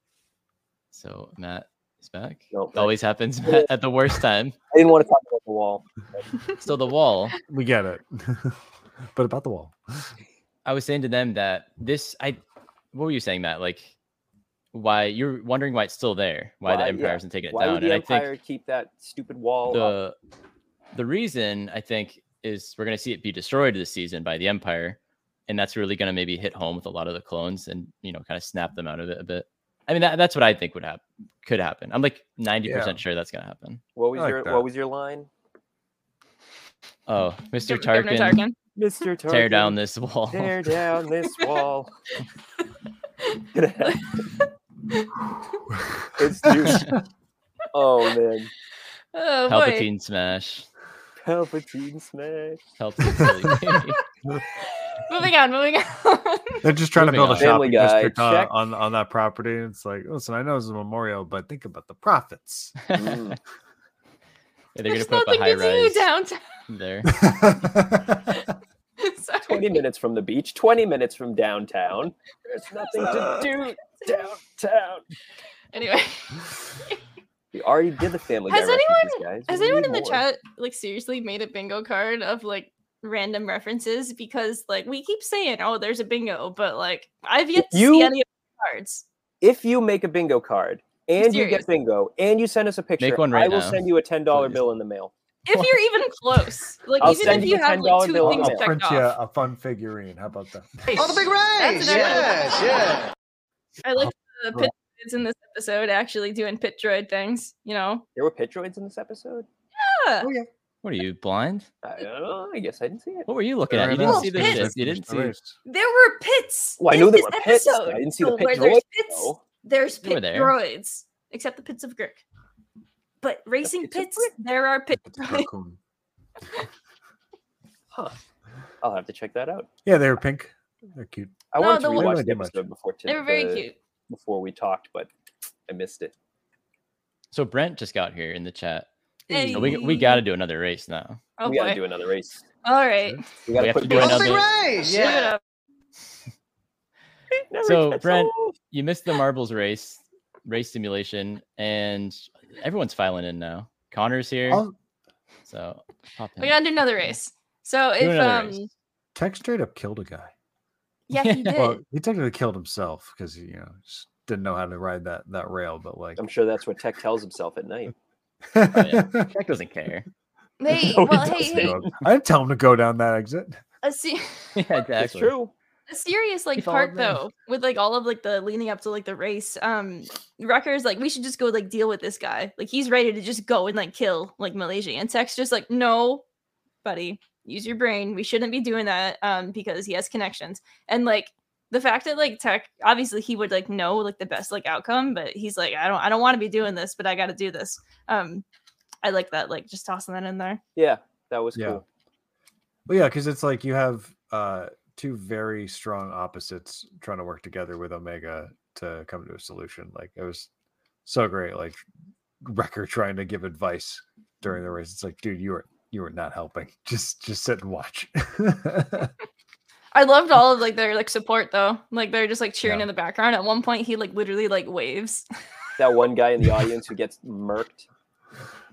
So Matt is back.
Nope.
It always
(laughs)
happens Matt, at the worst time.
I didn't want to talk about the wall.
So the wall.
We get it. (laughs) but about the wall.
I was saying to them that this I what were you saying, Matt? Like why you're wondering why it's still there, why, the
Why- yeah.
Empire hasn't taken it
Why
down.
would
and
the
I think
Empire keep that stupid wall? up?
the the reason I think is we're going to see it be destroyed this season by the Empire, and that's really going to maybe hit home with a lot of the clones and you know kind of snap them out of it a bit. I mean, that, that's what I think would happen. Could happen. I'm like 90% sure that's going to happen.
What was
I like
your
that.
What was your line?
Oh, (laughs) Mr.
Gov- Governor
Tarkin,
Mister
tear down this wall.
Tear down this wall.
(laughs)
it's dude. Oh man,
Oh boy.
Palpatine smash.
(laughs)
Palpatine smash.
Helps. it really-
moving on, moving on.
They're just trying to
Moving
build a
on.
Family
shopping
Guy,
district on,
check.
on on that property. And it's like, listen, I know this is a memorial, but think about the
(laughs)
profits.
Mm.
Yeah, (laughs) they're gonna
There's
put up a
nothing
high
to do
rise
downtown. (laughs)
there.
Sorry.
20 minutes from the beach, 20 minutes from downtown. There's nothing
Uh.
to do downtown.
Anyway,
We already did the Family
Has
Guy
anyone-
references, guys.
has
We
anyone
need
in the
more.
chat like seriously made a bingo card of like random references? Because like we keep saying, oh, there's a bingo, but like I've yet to see
you-
any of the cards.
If you make a bingo card and you
serious.
get bingo and you send us a picture,
one right
I will
now,
send you a $10
please.
bill in the mail.
If
What?
you're even close, like
I'll
even
send
if
you
you
a
have like
$10
two
bill
things
on
I'll
the
checked
print
off.
you a fun figurine. How
(laughs)
about that?
Oh, the big raise!
That's another one.
Yes, yes.
I like the
bro.
pit droids in this episode actually doing pit droid things, you know?
There were pit droids in this episode?
What are you blind?
I don't know. I guess I didn't see it.
What were you looking at?
Fair
You didn't
enough.
see the
Well,
shit. You didn't see.
There were pits.
Well, I
in
knew there
this
were pits, but I
episode.
didn't see the
So
pit
where There's
droids,
pits,
though.
there's
They were
pit
there.
droids, except the pits of Gurk. But racing
pits of
pits, there are pit droids.
I'll have to check that out.
(laughs) Yeah, they were pink. They're cute.
I
No,
wanted
the
to
one-
rewatch
Really
the
did much.
episode before, to,
They were very
the-
cute.
before we talked, but I missed it.
So Brent just got here in the chat.
Hey.
So we we got to do another race now.
Oh
we got to
boy.
do another race.
All right.
We
We
got to
have
put
to do
Brent-
Oh, the
another-
big raise!
Give it
Yeah.
up.
Never
So,
gets
Brent-
old.
You missed the marbles race, race simulation, and everyone's filing in now. Connor's here,
I'll
so pop in.
We gotta do another race. So
Do
if
another
um
race.
Tech straight up killed a guy.
yeah,
(laughs)
he did.
Well, he technically killed himself because he, you know, just didn't know how to ride that that rail. But
(laughs) Oh,
like,
I'm sure that's what Tech tells himself at night.
(laughs)
Jack doesn't
(laughs)
care. (laughs)
Hey,
No, he
well, hey,
doesn't.
hey,
I didn't tell him to go down that exit.
a, se-
yeah,
That's
exactly.
true.
a serious like
It's all
part
of them.
though, with like all of like the leading up to like the race. Um, Rucker's like, we should just go like deal with this guy. Like he's ready to just go and like kill like Malaysia. And Tech's just like, no, buddy, use your brain. We shouldn't be doing that. Um, because he has connections and like. The fact that like tech obviously he would like know like the best like outcome, but he's like, I don't I don't want to be doing this, but I gotta do this. Um I like that, like just tossing that in there.
Yeah, that was
Yeah.
cool.
Well, yeah, because it's like you have uh two very strong opposites trying to work together with Omega to come to a solution. Like it was so great. Like Wrecker trying to give advice during the race. It's like, dude, you were you were not helping. (laughs) Just just sit and watch. (laughs)
I loved all of like their like support though. Like they're just like cheering
Yeah.
in the background. At one point he like literally like waves. (laughs)
That one guy in the audience who gets murked.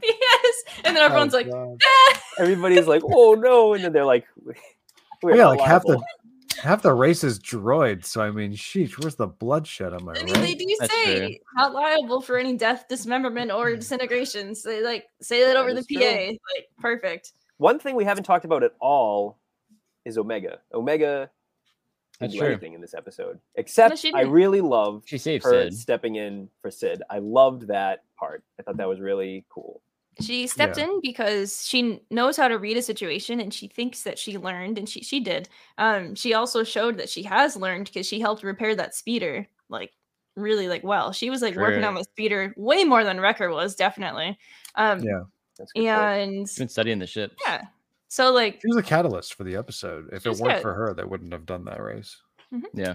yes. And then
Oh,
everyone's
Oh,
like, "Ah,
Everybody's like, "Oh no!" And then they're like, (laughs) "We're
yeah, like half the
liable."
half the race is droids. So I mean, sheesh, where's the bloodshed? Am I
I mean, they
right?
do
That's
say
true.
not liable for any death, dismemberment, or disintegrations. They like say that
That
over the
is true.
PA. Like perfect.
One thing we haven't talked about at all is Omega. Omega didn't
That's
do
true.
anything in this episode, except
she
I
didn't.
really loved
She saved
her
Sid.
stepping in for Sid. I loved that part. I thought that was really cool.
She stepped in because she kn- knows how to read a situation and she thinks that she learned and she she did. Um she also showed that she has learned because she helped repair that speeder like really like well. She was like working on
True.
the speeder way more than Wrecker was definitely. Um
Yeah.
That's a good point.
and
She's been studying the ship.
yeah. So like
She was a catalyst for the episode. If it
She was
weren't
good.
for her, they wouldn't have done that race.
Yeah.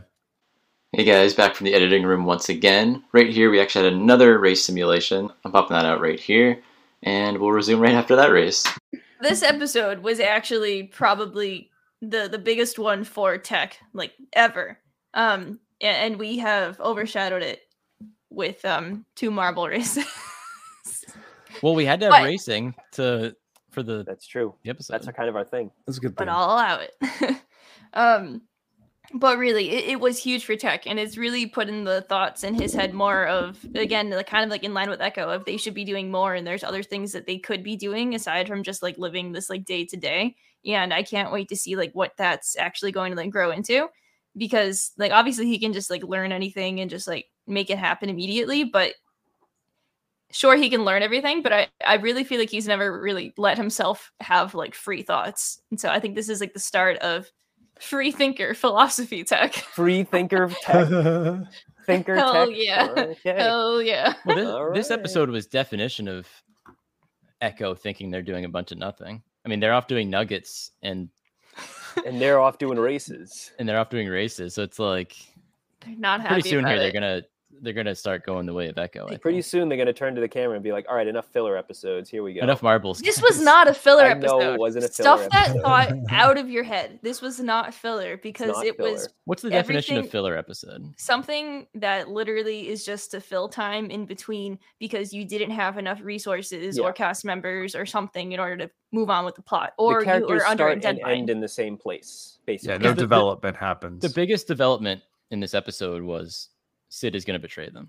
Hey guys, back from the editing room once again. Right here, we actually had another race simulation. I'm popping that out right here, and we'll resume right after that race.
this
Mm-hmm.
episode was actually probably the the biggest one for tech like ever um a- and we have overshadowed it with um two marble races (laughs)
Well, we had to have
What?
racing to for the,
That's true.
the episode.
That's our kind of our thing.
That's a good
but i'll allow it (laughs) um but really it, it was huge for tech and it's really putting the thoughts in his head more of again like kind of like in line with echo of they should be doing more and there's other things that they could be doing aside from just like living this like day to day and i can't wait to see like what that's actually going to like grow into because like obviously he can just like learn anything and just like make it happen immediately but sure he can learn everything but i i really feel like he's never really let himself have like free thoughts and so i think this is like the start of free thinker philosophy
(laughs)
tech
Free thinker of
(laughs)
tech. (laughs) Thinker
Hell
tech.
yeah. (laughs)
Okay.
oh yeah
well, thi-
All
this,
right.
episode was definition of Echo thinking they're doing a bunch of nothing. I mean, they're off doing nuggets and
and they're off doing races.
and they're off doing races. So it's like
They're not happy.
pretty soon
about
here they're
it.
gonna they're gonna start going the way of Echo. I
Pretty
think.
soon they're gonna turn to the camera and be like, "All right, enough filler episodes. Here we go."
enough marbles.
This
guys.
was not a filler
I know
episode.
it wasn't a
Stuff
filler
episode.
that
(laughs)
thought out of your head. This was not filler because
not
it was
filler.
(laughs) What's the definition of
everything-
filler episode?
something that literally is just to fill time in between because you didn't have enough resources
Yeah.
or cast members or something in order to move on with the plot, or
the
you
characters
were under a
start and
deadline.
end in the same place, basically.
Yeah,
Yeah,
no
the- the-
development happens.
The biggest development in this episode was Sid is gonna betray them.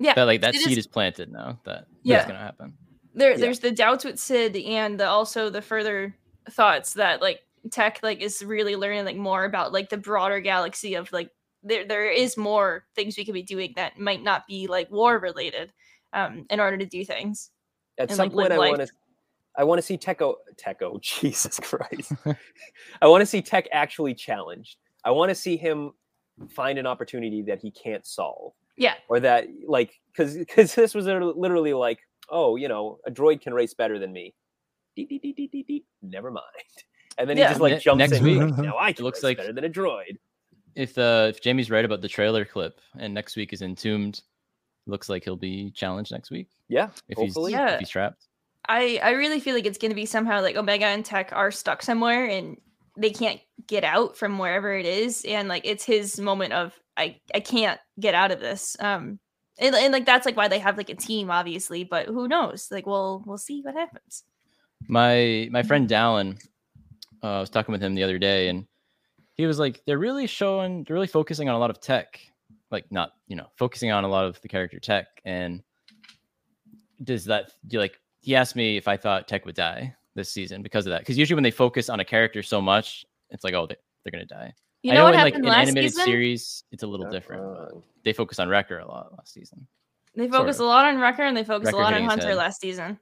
yeah,
That like that
Sid
seed
is-
is planted now. That
Yeah.
that's gonna happen.
there,
Yeah.
there's the doubts with Sid, and the, also the further thoughts that like Tech like is really learning like more about like the broader galaxy of like there there is more things we could be doing that might not be like war related, um, in order to do things.
At
and,
some
like, live
point, I
life.
want to, I want to see Techo. Techo, (laughs) Jesus Christ! I want to see Tech actually challenged. I want to see him find an opportunity that he can't solve.
Yeah.
Or that, like, because because this was literally- literally like, oh, you know, a droid can race better than me. Deep, deep, deep, deep, deep, deep. Never mind. And then
Yeah.
he just like
Ne-
jumps
next
in. he's
week.
Like, now I can
looks
race
like-
better than a droid.
If uh if Jamie's right about the trailer clip and next week is entombed, looks like he'll be challenged next week.
Yeah.
If
Hopefully.
he's
Yeah.
if he's trapped.
I I really feel like it's going to be somehow like Omega and Tech are stuck somewhere and they can't get out from wherever it is and like it's his moment of I I can't get out of this. Um and, and like that's like why they have like a team obviously, but who knows? Like we'll we'll see what happens.
my my friend Dallin, uh, I was talking with him the other day, and he was like, "They're really showing, they're really focusing on a lot of tech, like not you know focusing on a lot of the character tech." And does that do you like? He asked me if I thought tech would die this season because of that, because usually when they focus on a character so much, it's like, oh, they, they're gonna die.
You
I
know, what
in
happened
like an
last
animated
season?
series, it's a little different. but
Uh,
They focus on Wrecker a lot last season.
They
sort
focused
of.
a lot on Wrecker and they focused
Wrecker
a lot on
hitting his
Hunter
head.
last season.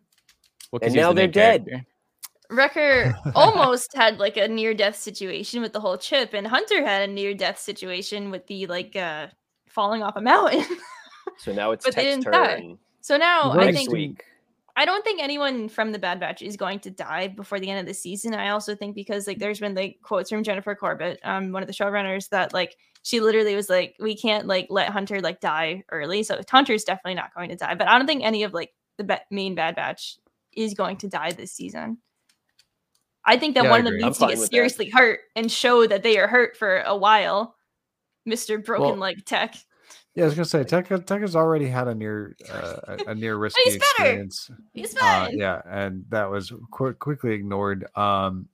Well,
And
'cause he was
now
the main
they're dead.
character. (laughs)
Wrecker almost had like a near death situation with the whole chip, and Hunter had a near death situation with the like uh falling off a mountain.
so now it's
But they
Tech's
didn't die.
turn
so now I
Right.
think
next week.
I don't think anyone from the Bad Batch is going to die before the end of the season. I also think because like there's been like quotes from Jennifer Corbett, um, one of the showrunners, that like she literally was like, "We can't like let Hunter like die early." So Hunter's definitely not going to die, but I don't think any of like the ba- main Bad Batch is going to die this season. I think that
Yeah, I
one of them
agree.
I'm
needs to
fine
get
with that.
seriously hurt and show that they are hurt for a while. Mister Broken
Well,
Leg Tech.
yeah, I was gonna say Tech, Tech has already had a
(laughs)
near uh, a- a near risky
he's better.
experience.
He's
Uh,
fine.
yeah, and that was qu- quickly ignored. Um,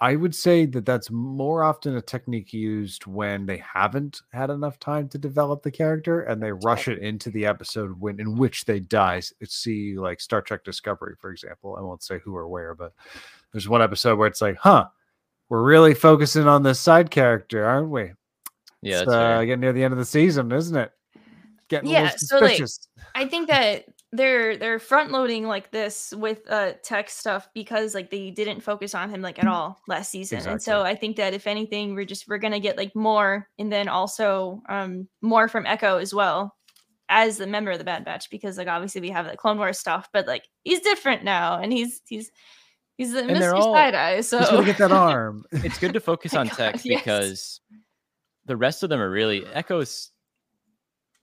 I would say that that's more often a technique used when they haven't had enough time to develop the character and they rush it into the episode when in which they die. S- See, like Star Trek Discovery, for example. I won't say who or where, but there's one episode where it's like, huh, we're really focusing on this side character, aren't we? it's,
Yeah, that's fair.
uh, getting near the end of the season, isn't it? Getting a
Yeah,
little
so, like,
suspicious.
I think that they're they're front loading like this with uh tech stuff because like they didn't focus on him
Mm-hmm.
like at all last season. And so
Exactly.
I think that if anything we're just we're going to get like more and then also um more from Echo as well as the member of the Bad Batch because like obviously we have the Clone Wars stuff but like he's different now and he's he's he's the
And they're
Mr.
all-
Side Eye. So
He's gonna get
(laughs)
that arm.
it's good to focus
my
on
God,
tech
yes.
because the rest of them are really echoes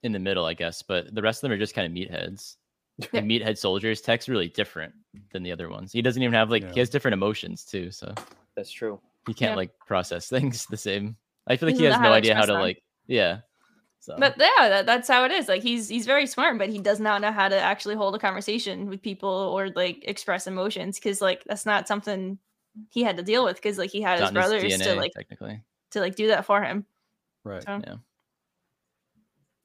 in the middle, I guess, but the rest of them are just kind of meatheads.
Yeah.
And meathead soldiers, Tech's really different than the other ones. He doesn't even have like
Yeah.
he has different emotions too, so
That's true.
he can't
Yeah.
like process (laughs) things the same. I feel like
He
he,
doesn't
has
know how
no
to
idea how
express
to
them.
like yeah. So
But yeah, that, that's how it is. Like he's he's very smart, but he does not know how to actually hold a conversation with people or like express emotions because like that's not something he had to deal with because like he had
it's
his
not in
brothers to like
technically.
to like do that for him.
Right.
So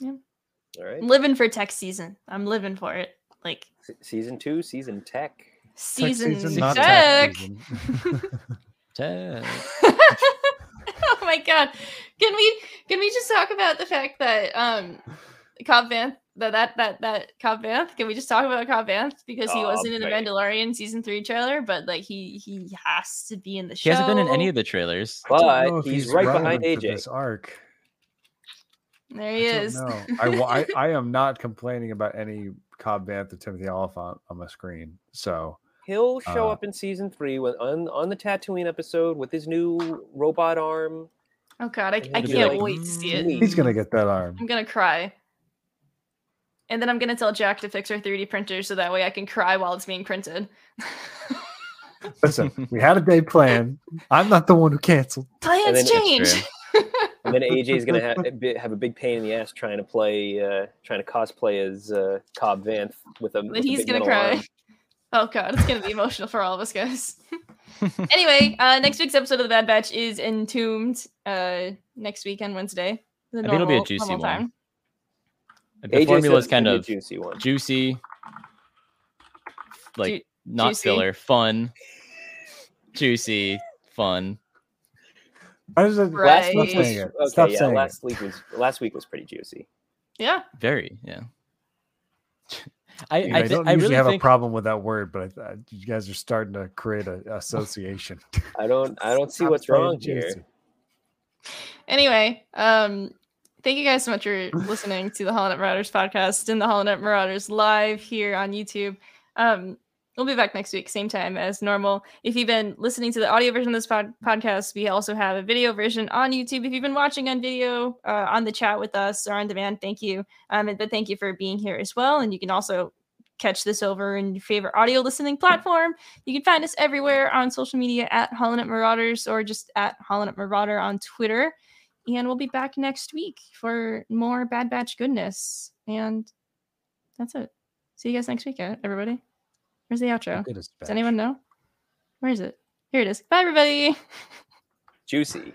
All right.
I'm living for tech season. I'm living for it. Like
Se- season two, season Tech.
season,
not
tech.
tech
(laughs)
season. (laughs)
Tech.
oh my god. Can we can we just talk about the fact that um Cobb Vanth that that that that Cobb Vanth? Can we just talk about Cobb Vanth because he
Oh,
wasn't in the
man.
Mandalorian season three trailer, but like he he has to be in the
She
show.
hasn't been in any of the trailers.
I don't know
But
if
he's, right
relevant
behind
for
AJ.
This arc.
There he
I don't
is. (laughs)
know. I, wa- I, I am not complaining about any Cobb Vanth or Timothy Oliphant on my screen. So
He'll show
Uh,
up in season three when, on on the Tatooine episode with his new robot arm.
Oh god, I,
And
I
he'll be
can't
like,
wait to see it.
"Sweet."
He's gonna get that arm.
(laughs) I'm gonna cry. And then I'm gonna tell Jack to fix our 3D printer so that way I can cry while it's being printed.
Listen, we had a day planned. I'm not the one who canceled.
And then
Plans
it's
change.
true.
And then AJ's gonna
(laughs)
ha- a bit- have a big pain in the ass trying to play, uh, trying to cosplay as uh, Cobb Vanth with a. with a
Then he's
big
gonna
metal
cry. (laughs)
arm.
Oh god, it's gonna be emotional for all of us
(laughs)
guys. anyway, uh, next week's episode of the Bad Batch is entombed uh, next week on Wednesday. The
I think it'll be a
normal-
juicy
normal
one.
time.
The
AJ
formula
said
is
it's
kind
gonna be
of
a juicy one.
juicy, like
Ju-
not
juicy.
filler, fun, juicy, fun.
I was like,
Right.
stop saying it.
Okay,
Stop
yeah,
saying it.
last week was last week was pretty juicy.
Yeah.
Very, yeah. I
You know,
I,
I,
thi-
don't
I
usually
really
have
think
a problem with that word, but I, I, you guys are starting to create an association.
I don't I don't
(laughs)
see
Stop
what's
saying
wrong here.
juicy.
Anyway, um, thank you guys so much for listening to the Hollow Knight Marauders podcast and the Hollow Knight Marauders live here on YouTube. Um, we'll be back next week, same time as normal. If you've been listening to the audio version of this pod- podcast, we also have a video version on YouTube. If you've been watching on video uh, on the chat with us or on demand, thank you. Um, and- but thank you for being here as well. And you can also catch this over in your favorite audio listening platform. You can find us everywhere on social media at Hollow Knight Marauders or just at Hollow Knight Marauder on Twitter. And we'll be back next week for more Bad Batch goodness. And that's it. See you guys next week, eh, everybody. Where's the outro?
It is
Does
bad.
anyone know? Where is it? Here it is. Bye, everybody.
Juicy.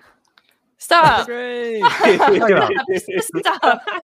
Stop. (laughs)
(laughs) Great.
Stop.